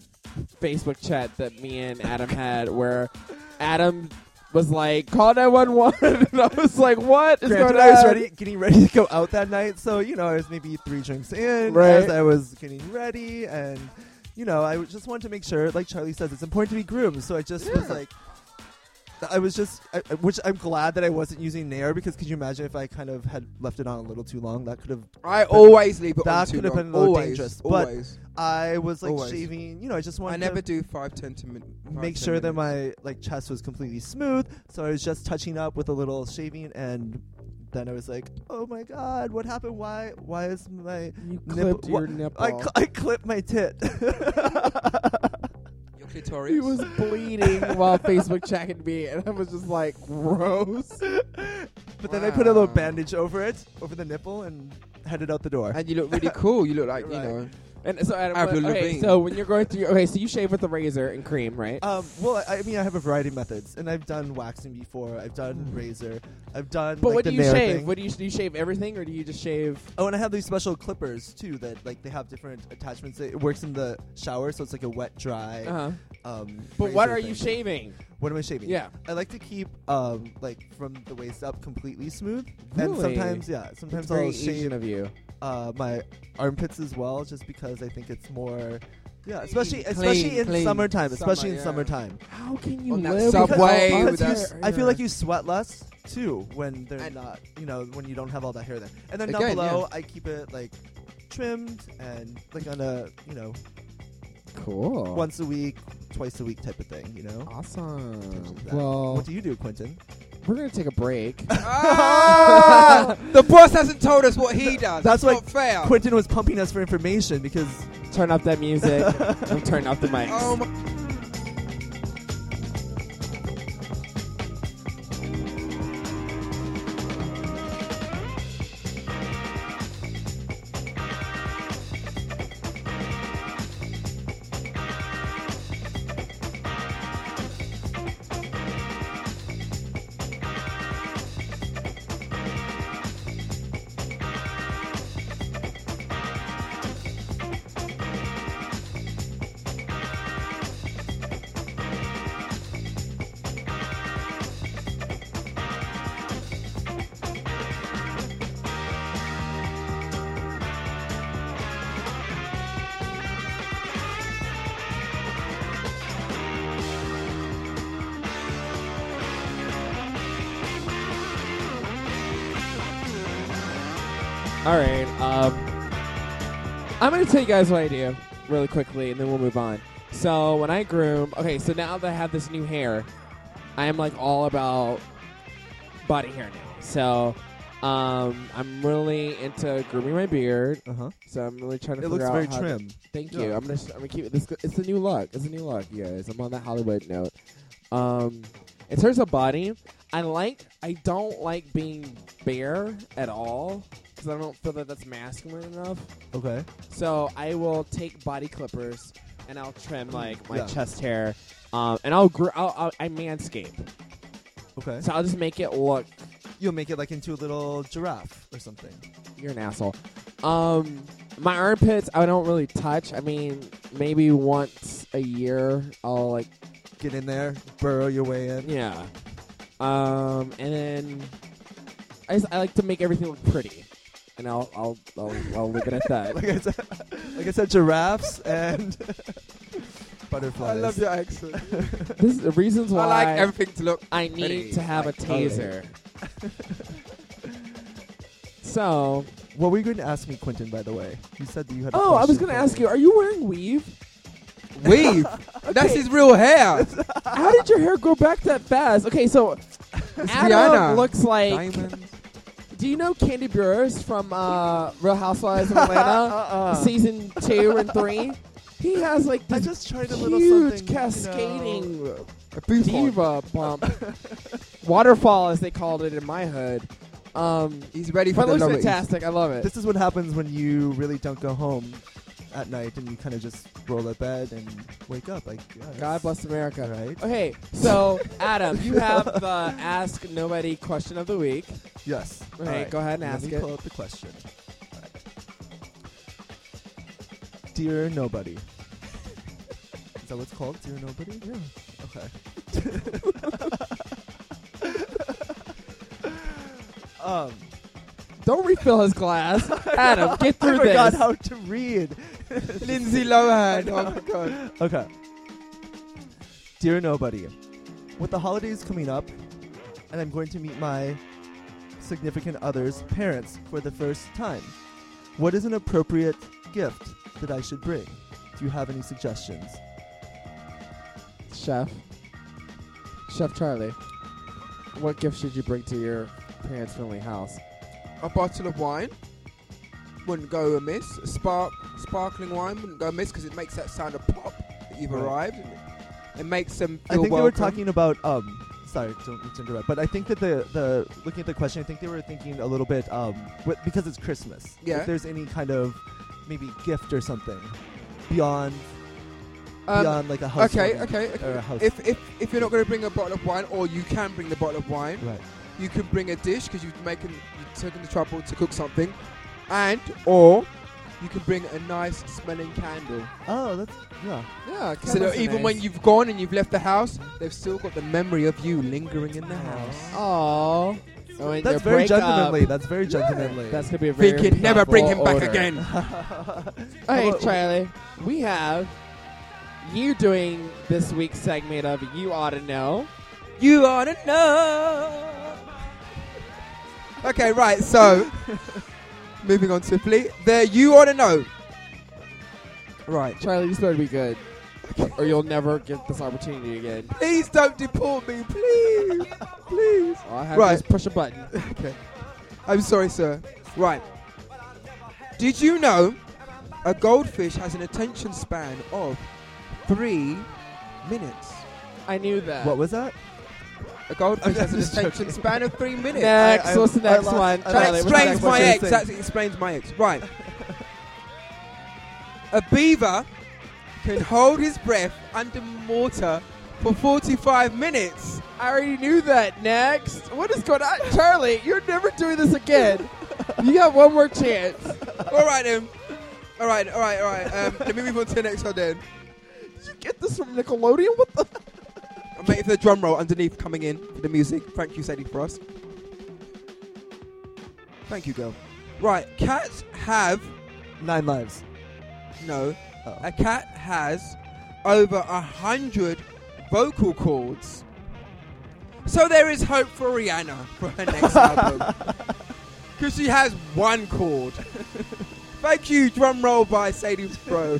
Speaker 2: Facebook chat that me and Adam had where Adam was like, call 911. and I was like, what is
Speaker 4: Granted,
Speaker 2: going
Speaker 4: I was
Speaker 2: on?
Speaker 4: ready, getting ready to go out that night, so you know I was maybe three drinks in
Speaker 2: Right.
Speaker 4: as I was getting ready, and you know I was- just wanted to make sure, like Charlie says, it's important to be groomed. So I just was
Speaker 2: Yeah.
Speaker 4: like, I was just, I, I- which I'm glad that I wasn't using Nair because could you imagine if I kind of had left it on a little too long? That could have,
Speaker 3: I always leave it
Speaker 4: That
Speaker 3: on too
Speaker 4: could have
Speaker 3: long.
Speaker 4: been a little
Speaker 3: always,
Speaker 4: dangerous, but
Speaker 3: always.
Speaker 4: I was like
Speaker 3: Always.
Speaker 4: shaving. You know, I just wanted
Speaker 3: I never
Speaker 4: to
Speaker 3: do five ten to min- five,
Speaker 4: make
Speaker 3: 10
Speaker 4: sure that
Speaker 3: minutes.
Speaker 4: my like chest was completely smooth. So I was just touching up with a little shaving, and then I was like, "Oh my god, what happened? Why? Why is my
Speaker 2: You
Speaker 4: nipple-
Speaker 2: clipped your
Speaker 4: what-
Speaker 2: nipple.
Speaker 4: I, cl- I clipped my tit."
Speaker 3: your clitoris.
Speaker 2: he was bleeding while Facebook chatting me, and I was just like, gross.
Speaker 4: but then I put a little
Speaker 3: Wow.
Speaker 4: bandage over it, over the nipple, and headed out the door.
Speaker 3: and you look really cool. You look like you
Speaker 4: Right.
Speaker 3: know.
Speaker 2: And so, Adam,
Speaker 3: Avril
Speaker 2: okay,
Speaker 3: Lavigne.
Speaker 2: so when you're going through, okay, so you shave with a razor and cream, right?
Speaker 4: um, well, I, I mean, I have a variety of methods, and I've done waxing before. I've done razor. I've done.
Speaker 2: Hmm. but
Speaker 4: like,
Speaker 2: what
Speaker 4: the
Speaker 2: do you
Speaker 4: Nair
Speaker 2: shave?
Speaker 4: thing.
Speaker 2: What do you do? You shave everything, or do you just shave?
Speaker 4: Oh, and I have these special clippers too that like they have different attachments. It works in the shower, so it's like a wet, dry.
Speaker 2: Uh-huh.
Speaker 4: Um,
Speaker 2: But
Speaker 4: razor
Speaker 2: what are you
Speaker 4: thing.
Speaker 2: shaving?
Speaker 4: What am I shaving?
Speaker 2: Yeah.
Speaker 4: I like to keep um like from the waist up completely smooth. And
Speaker 2: Really?
Speaker 4: sometimes yeah,
Speaker 2: That's
Speaker 4: sometimes
Speaker 2: very
Speaker 4: I'll
Speaker 2: Asian
Speaker 4: shave
Speaker 2: of you.
Speaker 4: uh, my armpits as well, just because I think it's more. Yeah, especially
Speaker 3: Clean,
Speaker 4: especially in
Speaker 3: clean.
Speaker 4: summertime, especially
Speaker 2: Summer,
Speaker 4: in
Speaker 2: yeah.
Speaker 4: summertime.
Speaker 2: How can you
Speaker 3: On that
Speaker 2: live
Speaker 3: live with subway all
Speaker 4: Because
Speaker 3: with
Speaker 4: you
Speaker 3: that
Speaker 4: s- I feel like you sweat less too when they're
Speaker 3: And-
Speaker 4: not, you know, when you don't have all that hair there. And then down
Speaker 3: Again,
Speaker 4: below, I keep it like trimmed and like on a, you know,
Speaker 2: cool.
Speaker 4: once a week, twice a week type of thing. You know.
Speaker 2: awesome.
Speaker 4: Attention to that.
Speaker 2: Um, Well,
Speaker 4: what do you do, Quentin?
Speaker 2: we're gonna take a break.
Speaker 3: Ah, the boss hasn't told us what he does. That's
Speaker 4: That's why
Speaker 3: not fair.
Speaker 4: Quentin was pumping us for information because
Speaker 2: turn up that music. Don't turn off the mics.
Speaker 3: Oh my.
Speaker 2: All right. Um, I'm going to tell you guys what I do really quickly, and then we'll move on. So when I groom, okay. So now that I have this new hair, I am like all about body hair now. So um, I'm really into grooming my beard.
Speaker 4: uh huh,
Speaker 2: So I'm really trying to.
Speaker 4: it
Speaker 2: Uh-huh. figure
Speaker 4: looks
Speaker 2: out
Speaker 4: very
Speaker 2: how to-
Speaker 4: trim.
Speaker 2: Thank
Speaker 4: Yeah.
Speaker 2: you. I'm gonna. s- I'm gonna keep it. This. It's a new look. It's a new look, you guys. I'm on that Hollywood note. Um, in terms of body, I like. I don't like being bare at all because I don't feel that that's masculine enough.
Speaker 4: Okay,
Speaker 2: So I will take body clippers and I'll trim like my
Speaker 4: Yeah.
Speaker 2: chest hair. Um, and I'll, gr- I'll, I'll I manscape.
Speaker 4: okay.
Speaker 2: So I'll just make it look.
Speaker 4: You'll make it like into a little giraffe or something.
Speaker 2: You're an asshole. Um, my armpits I don't really touch. I mean, maybe once a year I'll like.
Speaker 4: Get in there, burrow your way in.
Speaker 2: Yeah. Um, and then I, just, I like to make everything look pretty, and I'll I'll I'll, I'll leave it at that.
Speaker 4: like I said, like I said, giraffes and
Speaker 3: I
Speaker 4: butterflies.
Speaker 3: love your accent.
Speaker 2: this is the reasons
Speaker 3: I
Speaker 2: why
Speaker 3: like everything to look.
Speaker 2: I need
Speaker 3: pretty.
Speaker 2: to have a
Speaker 4: totally.
Speaker 2: taser. so,
Speaker 4: What were you going to ask me, Quentin? By the way, you said that you had. a
Speaker 2: oh, I was
Speaker 4: question
Speaker 2: gonna
Speaker 4: for
Speaker 2: ask
Speaker 4: me.
Speaker 2: you, are you wearing weave?
Speaker 3: Weave. That's his real hair.
Speaker 2: How did your hair grow back that fast? Okay, so Adam
Speaker 3: Rihanna.
Speaker 2: looks like.
Speaker 3: Diamonds.
Speaker 2: Do you know Candy Burris from uh, Real Housewives of Atlanta,
Speaker 3: Uh-uh.
Speaker 2: season two and three? He has like
Speaker 4: I
Speaker 2: this
Speaker 4: just tried a little
Speaker 2: huge
Speaker 4: something, you know.
Speaker 2: cascading
Speaker 3: A buffon.
Speaker 2: diva bump, waterfall as they called it in my hood. Um,
Speaker 3: He's ready
Speaker 2: but
Speaker 3: for
Speaker 2: it
Speaker 3: the
Speaker 2: looks
Speaker 3: lobbies.
Speaker 2: fantastic. I love it.
Speaker 4: This is what happens when you really don't go home at night and you kind of just roll at bed and wake up. Like yeah,
Speaker 2: God
Speaker 4: that's-
Speaker 2: bless America.
Speaker 4: Right?
Speaker 2: Okay, so Adam, you have the ask nobody question of the week.
Speaker 4: Yes.
Speaker 2: All right, go ahead and
Speaker 4: Let
Speaker 2: ask
Speaker 4: me
Speaker 2: it.
Speaker 4: pull up the question. Dear nobody. Is that what it's called? Dear nobody? Yeah. Okay. um,
Speaker 2: Don't refill his glass, Adam. Get
Speaker 4: I
Speaker 2: through
Speaker 4: forgot
Speaker 2: this.
Speaker 4: Oh how to read.
Speaker 3: Lindsay Lohan. Oh my god.
Speaker 4: Okay. Dear nobody, with the holidays coming up, and I'm going to meet my significant other's parents for the first time, what is an appropriate gift that I should bring? Do you have any suggestions?
Speaker 2: Chef, Chef Charlie, what gift should you bring to your parents' family house?
Speaker 3: A bottle of wine wouldn't go amiss. A spark, sparkling wine wouldn't go amiss because it makes that sound of pop that you've
Speaker 4: Right.
Speaker 3: arrived. And it- it makes them
Speaker 4: I
Speaker 3: feel
Speaker 4: think they were
Speaker 3: welcome.
Speaker 4: talking about um sorry don't mean to interrupt but I think that the the looking at the question I think they were thinking a little bit um wi- because it's Christmas
Speaker 3: Yeah.
Speaker 4: if there's any kind of maybe gift or something beyond
Speaker 3: Um,
Speaker 4: beyond like a house
Speaker 3: okay, okay. okay.
Speaker 4: uh, or a house
Speaker 3: If, if if you're not going to bring a bottle of wine, or you can bring the bottle of wine,
Speaker 4: right
Speaker 3: you can bring a dish because you've making you've taken the trouble to cook something, and or you can bring a nice smelling candle.
Speaker 4: Oh, that's yeah.
Speaker 2: Yeah,
Speaker 3: So that even when you've gone and you've left the house, they've still got the memory of you lingering in the house.
Speaker 2: Oh,
Speaker 4: That's very gentlemanly. That's very gentlemanly.
Speaker 2: That's gonna be a
Speaker 3: They
Speaker 2: very.
Speaker 3: could never bring him back
Speaker 2: thoughtful order.
Speaker 3: again.
Speaker 2: Hey,
Speaker 4: Hello.
Speaker 2: Charlie, we have you doing this week's segment of "You Ought to Know."
Speaker 3: You ought to know. Okay, right. So, moving on swiftly. There, you ought to know. Right.
Speaker 2: Charlie, this better be good, or you'll never get this opportunity again.
Speaker 3: Please don't deport me, please, please.
Speaker 2: All I have
Speaker 3: Right.
Speaker 2: to do is push a button.
Speaker 3: Okay. I'm sorry, sir. Right. Did you know a goldfish has an attention span of three minutes?
Speaker 2: I knew that.
Speaker 4: what was that?
Speaker 3: A goldfish has an
Speaker 4: I'm just
Speaker 3: attention
Speaker 4: joking.
Speaker 3: span of three minutes.
Speaker 2: next?
Speaker 4: I- I-
Speaker 2: what's the
Speaker 4: I
Speaker 2: next
Speaker 4: lost-
Speaker 2: one?
Speaker 4: I
Speaker 3: That
Speaker 2: Charlie,
Speaker 4: lost-
Speaker 2: what's the next
Speaker 3: explains
Speaker 2: one?
Speaker 3: my
Speaker 4: you're
Speaker 3: ex.
Speaker 4: saying.
Speaker 3: That explains my ex. Right. a beaver can hold his breath under water for 45 minutes.
Speaker 2: I already knew that. Next, what is going on, Charlie? You're never doing this again. you got one more chance.
Speaker 3: all right then. All right, all right, all right. Um, let me move on to the next one then.
Speaker 2: Did you get this from Nickelodeon? What the?
Speaker 3: I'm waiting for the drum roll underneath coming in for the music. Thank you, Sadie, for us. Thank you, girl. Right, cats have
Speaker 4: Nine lives.
Speaker 3: no.
Speaker 4: Oh.
Speaker 3: A cat has over a hundred vocal cords. So there is hope for Rihanna for her next album because she has one chord. Thank you, drum roll by Sadie Bro.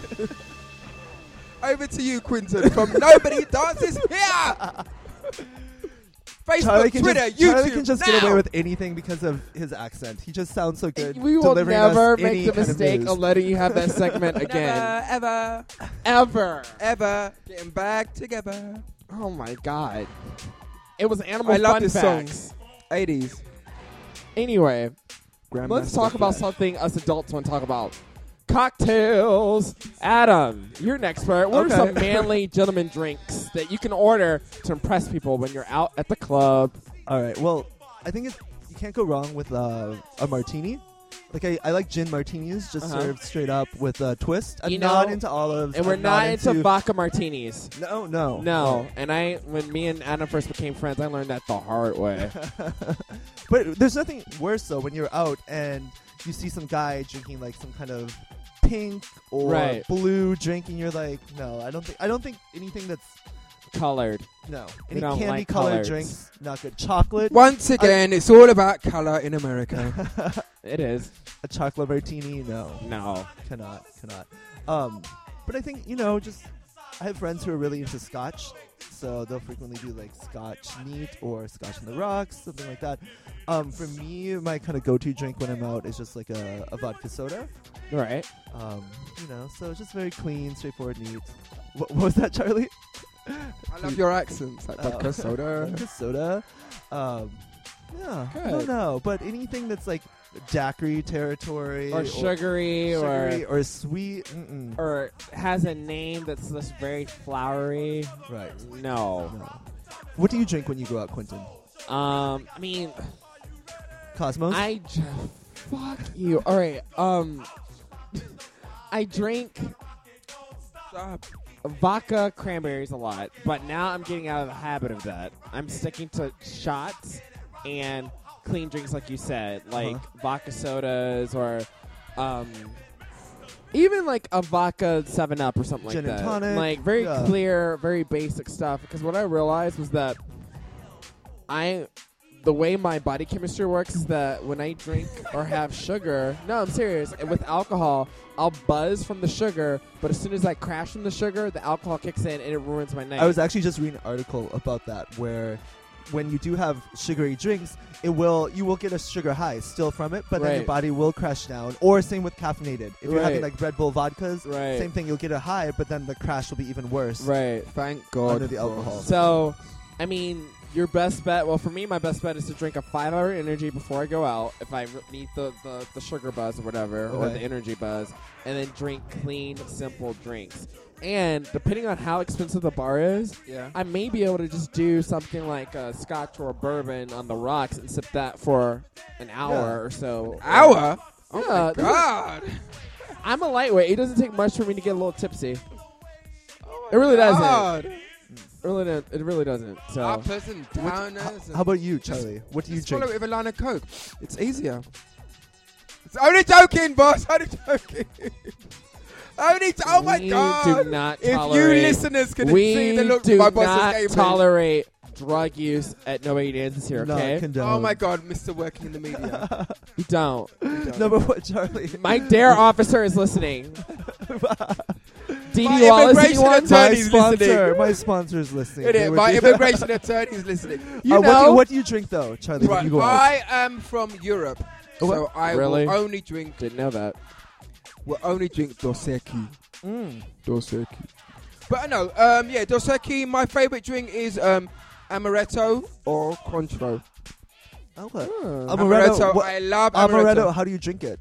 Speaker 3: Over to you, Quinton, from Nobody Dances Here. Facebook,
Speaker 4: Charlie can
Speaker 3: Twitter,
Speaker 4: just,
Speaker 3: YouTube.
Speaker 4: Charlie can just get
Speaker 3: now.
Speaker 4: away with anything because of his accent. He just sounds so good.
Speaker 2: We will
Speaker 4: delivering us
Speaker 2: never
Speaker 4: any
Speaker 2: make the
Speaker 4: kind of
Speaker 2: mistake
Speaker 4: news.
Speaker 2: of letting you have that segment again,
Speaker 3: Never, ever,
Speaker 2: ever.
Speaker 3: ever getting back together.
Speaker 2: Oh my god! It was animal
Speaker 3: I love
Speaker 2: fun
Speaker 3: this song.
Speaker 2: facts.
Speaker 3: 80s.
Speaker 2: Anyway,
Speaker 3: Grandmaster
Speaker 2: let's talk about
Speaker 3: Flash.
Speaker 2: something us adults want to talk about. Cocktails. Adam, you're an expert. What
Speaker 3: Okay.
Speaker 2: are some manly gentleman drinks that you can order to impress people when you're out at the club?
Speaker 4: All right. Well, I think it's, you can't go wrong with uh, a martini. Like I, I like gin martinis, just
Speaker 2: Uh-huh.
Speaker 4: served straight up with a twist. I'm
Speaker 2: You
Speaker 4: not
Speaker 2: know,
Speaker 4: into olives,
Speaker 2: And we're
Speaker 4: I'm not,
Speaker 2: not into vodka martinis.
Speaker 4: no, no,
Speaker 2: No. And I, when me and Adam first became friends, I learned that the hard way.
Speaker 4: But there's nothing worse though when you're out and you see some guy drinking like some kind of pink or
Speaker 2: Right.
Speaker 4: blue drink, and you're like, no, I don't think I don't think anything that's
Speaker 2: Colored.
Speaker 4: no
Speaker 2: We
Speaker 4: any
Speaker 2: don't
Speaker 4: candy
Speaker 2: like
Speaker 4: colored
Speaker 2: colors.
Speaker 4: drinks not good. Chocolate,
Speaker 3: Once again, it's all about color in America.
Speaker 2: It is.
Speaker 4: a chocolate martini, no.
Speaker 2: No.
Speaker 4: cannot cannot um but i think you know just i have friends who are really into scotch so they'll frequently do like scotch neat or scotch on the rocks something like that um for me my kind of go-to drink when i'm out is just like a, a vodka soda
Speaker 2: Right.
Speaker 4: um you know so it's just very clean straightforward neat what, what was that charlie
Speaker 3: I love your accents, like
Speaker 4: Oh.
Speaker 3: vodka soda.
Speaker 4: vodka soda um yeah i
Speaker 2: Good.
Speaker 4: don't know but anything that's like daiquiri territory
Speaker 2: Or sugary,
Speaker 4: sugary
Speaker 2: or
Speaker 4: or sweet mm-mm.
Speaker 2: or has a name that's this very flowery.
Speaker 4: right
Speaker 2: No.
Speaker 4: No. What do you drink when you go out, Quentin?
Speaker 2: Um, I mean,
Speaker 4: Cosmos?
Speaker 2: I j- fuck you. All right. Um, I drink
Speaker 3: Stop.
Speaker 2: vodka cranberries a lot, but now I'm getting out of the habit of that. I'm sticking to shots and clean drinks, like you said,
Speaker 4: Uh-huh.
Speaker 2: like vodka sodas or um, even like a vodka Seven Up or something
Speaker 4: Gin
Speaker 2: like that.
Speaker 4: and tonic,
Speaker 2: Like very
Speaker 4: yeah.
Speaker 2: clear, very basic stuff. Because what I realized was that I. The way my body chemistry works is that when I drink or have sugar, no, I'm serious. and With alcohol, I'll buzz from the sugar, but as soon as I crash from the sugar, the alcohol kicks in and it ruins my night.
Speaker 4: I was actually just reading an article about that where when you do have sugary drinks, it will you will get a sugar high still from it, but then your
Speaker 2: Right.
Speaker 4: body will crash down. Or same with caffeinated. If you're having
Speaker 2: Right.
Speaker 4: like Red Bull vodkas,
Speaker 2: Right.
Speaker 4: same thing, you'll get a high, but then the crash will be even worse.
Speaker 2: right.
Speaker 3: Thank God.
Speaker 4: Under the alcohol.
Speaker 2: So, I mean, your best bet. Well, for me, my best bet is to drink a five-hour energy before I go out if I re- need the, the, the sugar buzz or whatever, or
Speaker 4: Okay.
Speaker 2: the energy buzz, and then drink clean, simple drinks. And depending on how expensive the bar is,
Speaker 3: Yeah.
Speaker 2: I may be able to just do something like a scotch or a bourbon on the rocks and sip that for an hour
Speaker 4: Yeah.
Speaker 2: or so.
Speaker 3: Hour?
Speaker 2: Yeah,
Speaker 3: Oh my God.
Speaker 2: I'm a lightweight. It doesn't take much for me to get a little tipsy. It Oh. really doesn't. It really, don't- it really doesn't. So
Speaker 3: Uppers and downers.
Speaker 4: How,
Speaker 3: and-
Speaker 4: how about you,
Speaker 3: Just-
Speaker 4: Charlie? What do you
Speaker 3: Just follow
Speaker 4: drink?
Speaker 3: it with a line of coke. It's easier. It's only joking, boss. Only joking. only. T- oh my
Speaker 2: we
Speaker 3: god!
Speaker 2: do not
Speaker 3: if you
Speaker 2: tolerate.
Speaker 3: listeners could
Speaker 2: we
Speaker 3: see the look
Speaker 2: do
Speaker 3: my
Speaker 2: not
Speaker 3: boss's gave me.
Speaker 2: tolerate drug use at Nobody Dances here.
Speaker 4: No,
Speaker 2: Okay,
Speaker 4: condone.
Speaker 3: Oh my god, Mr. Working in the Media.
Speaker 2: we don't.
Speaker 4: Number one, Charlie.
Speaker 2: My dare officer is listening.
Speaker 3: My
Speaker 2: DD Wallace,
Speaker 3: immigration
Speaker 2: anyone?
Speaker 4: my
Speaker 3: attorney's
Speaker 4: sponsor.
Speaker 3: listening.
Speaker 4: My sponsor is listening.
Speaker 3: It
Speaker 4: They
Speaker 3: is.
Speaker 4: would
Speaker 3: My
Speaker 4: be-
Speaker 3: immigration attorney's listening.
Speaker 2: You
Speaker 4: Uh, what,
Speaker 2: know,
Speaker 4: do, what do you drink though, Charlie? when
Speaker 3: Right,
Speaker 4: you go out?
Speaker 3: I am from Europe, so
Speaker 4: What?
Speaker 3: I
Speaker 2: Really?
Speaker 3: will only drink.
Speaker 2: didn't know that.
Speaker 3: Will only drink Dos Equis.
Speaker 4: Mm.
Speaker 3: Dos Equis. But I know. Um, yeah, Dos Equis. My favorite drink is um, amaretto or Contro.
Speaker 4: Okay.
Speaker 2: Hmm.
Speaker 4: Amaretto.
Speaker 3: Amaretto.
Speaker 4: what-
Speaker 3: I love
Speaker 4: amaretto.
Speaker 3: amaretto.
Speaker 4: How do you drink it?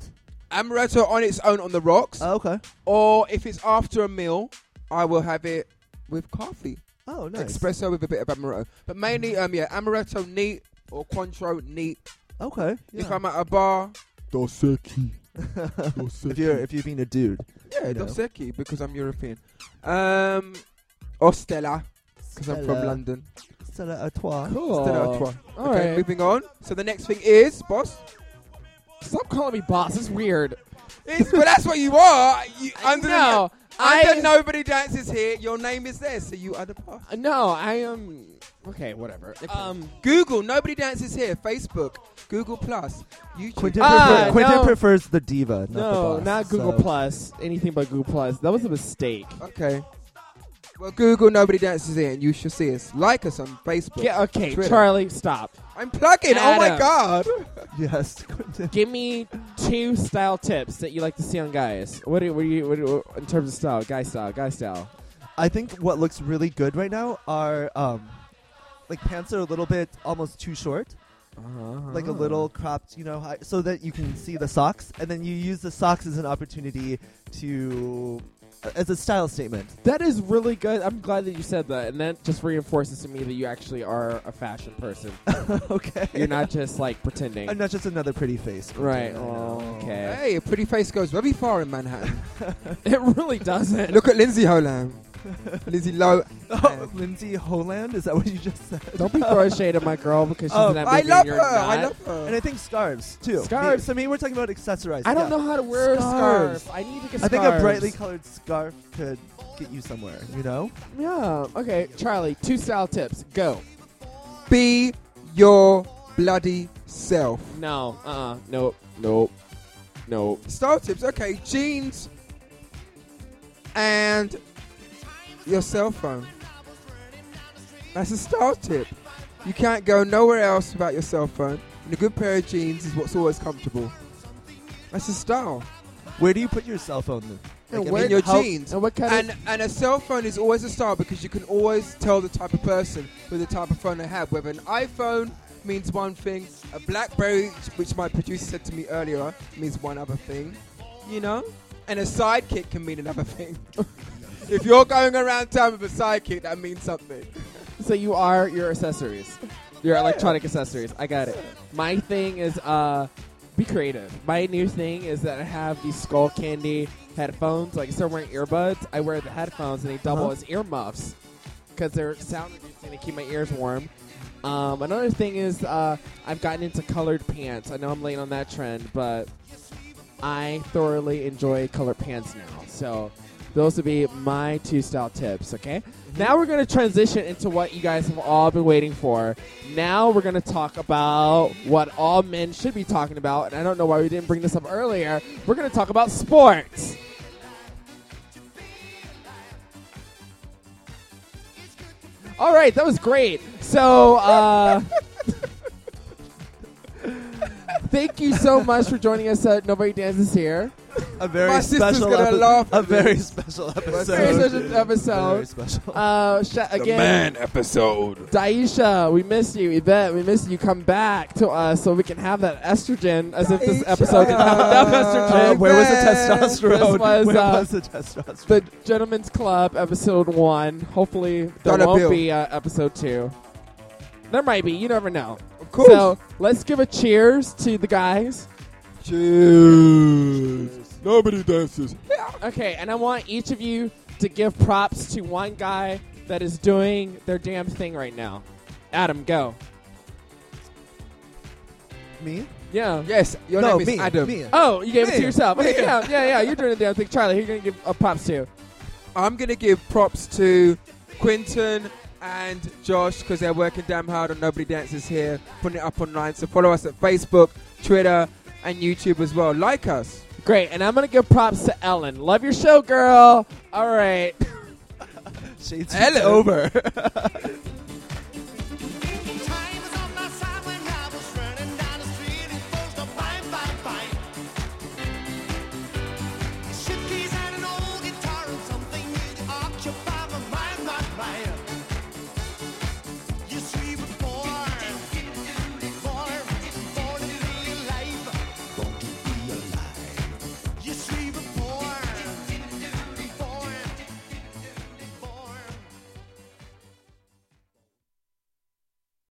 Speaker 3: Amaretto on its own on the rocks,
Speaker 4: Oh, okay.
Speaker 3: or if it's after a meal, I will have it with coffee,
Speaker 4: Oh, nice.
Speaker 3: espresso with a bit of amaretto. But mainly, um, yeah, amaretto neat or Cointreau neat.
Speaker 4: Okay.
Speaker 3: If I'm at a bar, Dos Equis.
Speaker 4: if you're if you're being a dude,
Speaker 3: Yeah,
Speaker 4: You know.
Speaker 3: Dos Equis because I'm European. Um, or Stella because I'm from
Speaker 4: Stella.
Speaker 3: London.
Speaker 4: Stella Artois.
Speaker 2: Cool.
Speaker 3: Stella Artois.
Speaker 2: Uh, All
Speaker 3: okay,
Speaker 2: right.
Speaker 3: moving on. So the next thing is, boss.
Speaker 2: Stop calling me boss. It's weird.
Speaker 3: It's, but that's what you are. You, under
Speaker 2: no,
Speaker 3: the, under
Speaker 2: I
Speaker 3: nobody dances here. Your name is there, so you are the boss.
Speaker 2: no, I am okay. Whatever. Um,
Speaker 3: Google nobody dances here. Facebook, Google Plus, YouTube.
Speaker 4: Quentin,
Speaker 2: Ah,
Speaker 4: prefer- Quentin
Speaker 2: no.
Speaker 4: prefers the diva, not
Speaker 2: no,
Speaker 4: the boss.
Speaker 2: not Google
Speaker 4: so-
Speaker 2: Plus. Anything but Google Plus. That was a mistake.
Speaker 3: Okay. Well, Google nobody dances here, and you should see us. Like us on Facebook.
Speaker 2: Yeah, okay,
Speaker 3: Twitter.
Speaker 2: Charlie, stop.
Speaker 3: I'm plugging. Oh my
Speaker 2: Adam.
Speaker 3: god.
Speaker 4: Yes, Quentin.
Speaker 2: Give me two style tips that you like to see on guys. What do, what do you what do, in terms of style? Guy style, guy style.
Speaker 4: I think what looks really good right now are um, like pants are a little bit almost too short,
Speaker 2: Uh-huh.
Speaker 4: like a little
Speaker 2: Ah.
Speaker 4: cropped, you know, high, so that you can see the socks, and then you use the socks as an opportunity to as a style statement.
Speaker 2: That is really good. I'm glad that you said that, and that just reinforces to me that you actually are a fashion person.
Speaker 4: okay,
Speaker 2: You're not just like pretending.
Speaker 4: I'm not just another pretty face. Quentin,
Speaker 2: Right.
Speaker 4: I
Speaker 2: Oh,
Speaker 4: know.
Speaker 2: okay.
Speaker 3: Hey, a pretty face goes very far in Manhattan.
Speaker 2: It really doesn't.
Speaker 3: Look at Lindsay Holan. Lindsay Low.
Speaker 4: Oh, Lindsay Holand, is that what you just said?
Speaker 2: Don't be throwing shade at my girl because she's
Speaker 4: Oh,
Speaker 2: an
Speaker 3: I
Speaker 2: movie
Speaker 3: love
Speaker 2: and
Speaker 3: her.
Speaker 2: you're not.
Speaker 3: I love
Speaker 4: And
Speaker 3: her.
Speaker 4: I think scarves too.
Speaker 2: Scarves.
Speaker 4: Me- So I mean, we're talking about accessorizing.
Speaker 2: I don't
Speaker 4: yeah.
Speaker 2: know how to wear a
Speaker 4: Scarves.
Speaker 2: scarf. I need to get.
Speaker 4: I think a
Speaker 2: scarves.
Speaker 4: brightly colored scarf could get you somewhere. You know.
Speaker 2: Yeah. Okay, Charlie. Two style tips. Go.
Speaker 3: Be your bloody self.
Speaker 2: No. Uh. uh Nope. Nope. Nope.
Speaker 3: Style tips, okay. Jeans and your cell phone. That's a style tip. You can't go nowhere else without your cell phone. And a good pair of jeans is what's always comfortable. That's a style.
Speaker 4: Where do you put your cell phone? Luke?
Speaker 2: And
Speaker 4: I
Speaker 2: where-
Speaker 4: mean,
Speaker 3: in your
Speaker 4: how-
Speaker 3: jeans.
Speaker 2: Oh, And what kind of
Speaker 3: And and a cell phone is always a style because you can always tell the type of person with the type of phone they have. Whether an iPhone means one thing, a BlackBerry, which my producer said to me earlier, means one other thing, you know, and a sidekick can mean another thing. if you're going around town with a sidekick, that means something.
Speaker 2: So you are your accessories, your electronic accessories. I got it. My thing is uh, be creative. My new thing is that I have these skull candy headphones. Like instead of wearing earbuds, I wear the headphones and they double
Speaker 4: Uh-huh.
Speaker 2: as earmuffs because they're sound reducing to keep my ears warm. Um, another thing is uh, I've gotten into colored pants. I know I'm late on that trend, but I thoroughly enjoy colored pants now. So those would be my two style tips, okay?
Speaker 5: Mm-hmm.
Speaker 2: Now we're going to transition into what you guys have all been waiting for. Now we're going to talk about what all men should be talking about, and I don't know why we didn't bring this up earlier. We're going to talk about sports. All right, that was great. So, uh, thank you so much for joining us at Nobody Dances Here.
Speaker 4: A very
Speaker 3: My sister's
Speaker 4: special.
Speaker 3: gonna
Speaker 4: epi-
Speaker 3: laugh
Speaker 4: a
Speaker 3: at me.
Speaker 4: very special episode.
Speaker 2: Very special episode.
Speaker 4: Very special.
Speaker 2: Uh, sh-
Speaker 5: The
Speaker 2: again,
Speaker 5: man episode.
Speaker 2: Daisha, we miss you. Yvette, we miss you. Come back to us so we can have that estrogen as if this
Speaker 3: Daisha.
Speaker 2: episode could have enough estrogen.
Speaker 4: Uh, where was the
Speaker 3: Amen.
Speaker 4: testosterone?
Speaker 2: This was,
Speaker 4: where
Speaker 2: uh,
Speaker 4: was the testosterone?
Speaker 2: the Gentlemen's Club, episode one. Hopefully, there
Speaker 3: Dollar
Speaker 2: won't
Speaker 3: bill.
Speaker 2: be uh, episode two. There might be. You never know.
Speaker 3: Of course.
Speaker 2: So let's give a cheers to the guys.
Speaker 3: Cheers.
Speaker 5: Nobody dances.
Speaker 2: Okay, and I want each of you to give props to one guy that is doing their damn thing right now. Adam, go.
Speaker 4: Me?
Speaker 2: Yeah.
Speaker 3: Yes, your
Speaker 4: no,
Speaker 3: name is
Speaker 4: me.
Speaker 3: Adam.
Speaker 4: Me.
Speaker 2: Oh, you gave it to
Speaker 4: Me.
Speaker 2: yourself. Okay,
Speaker 4: Me.
Speaker 2: yeah, yeah, yeah. You're doing the damn thing. Charlie, who you going to give uh, props to?
Speaker 3: I'm gonna give props to Quinton and Josh because they're working damn hard on Nobody Dances here, putting it up online. So follow us at Facebook, Twitter, and YouTube as well. Like us.
Speaker 2: Great, and I'm going to give props to Ellen. Love your show, girl. All right.
Speaker 4: Shades
Speaker 3: Hello.
Speaker 4: over.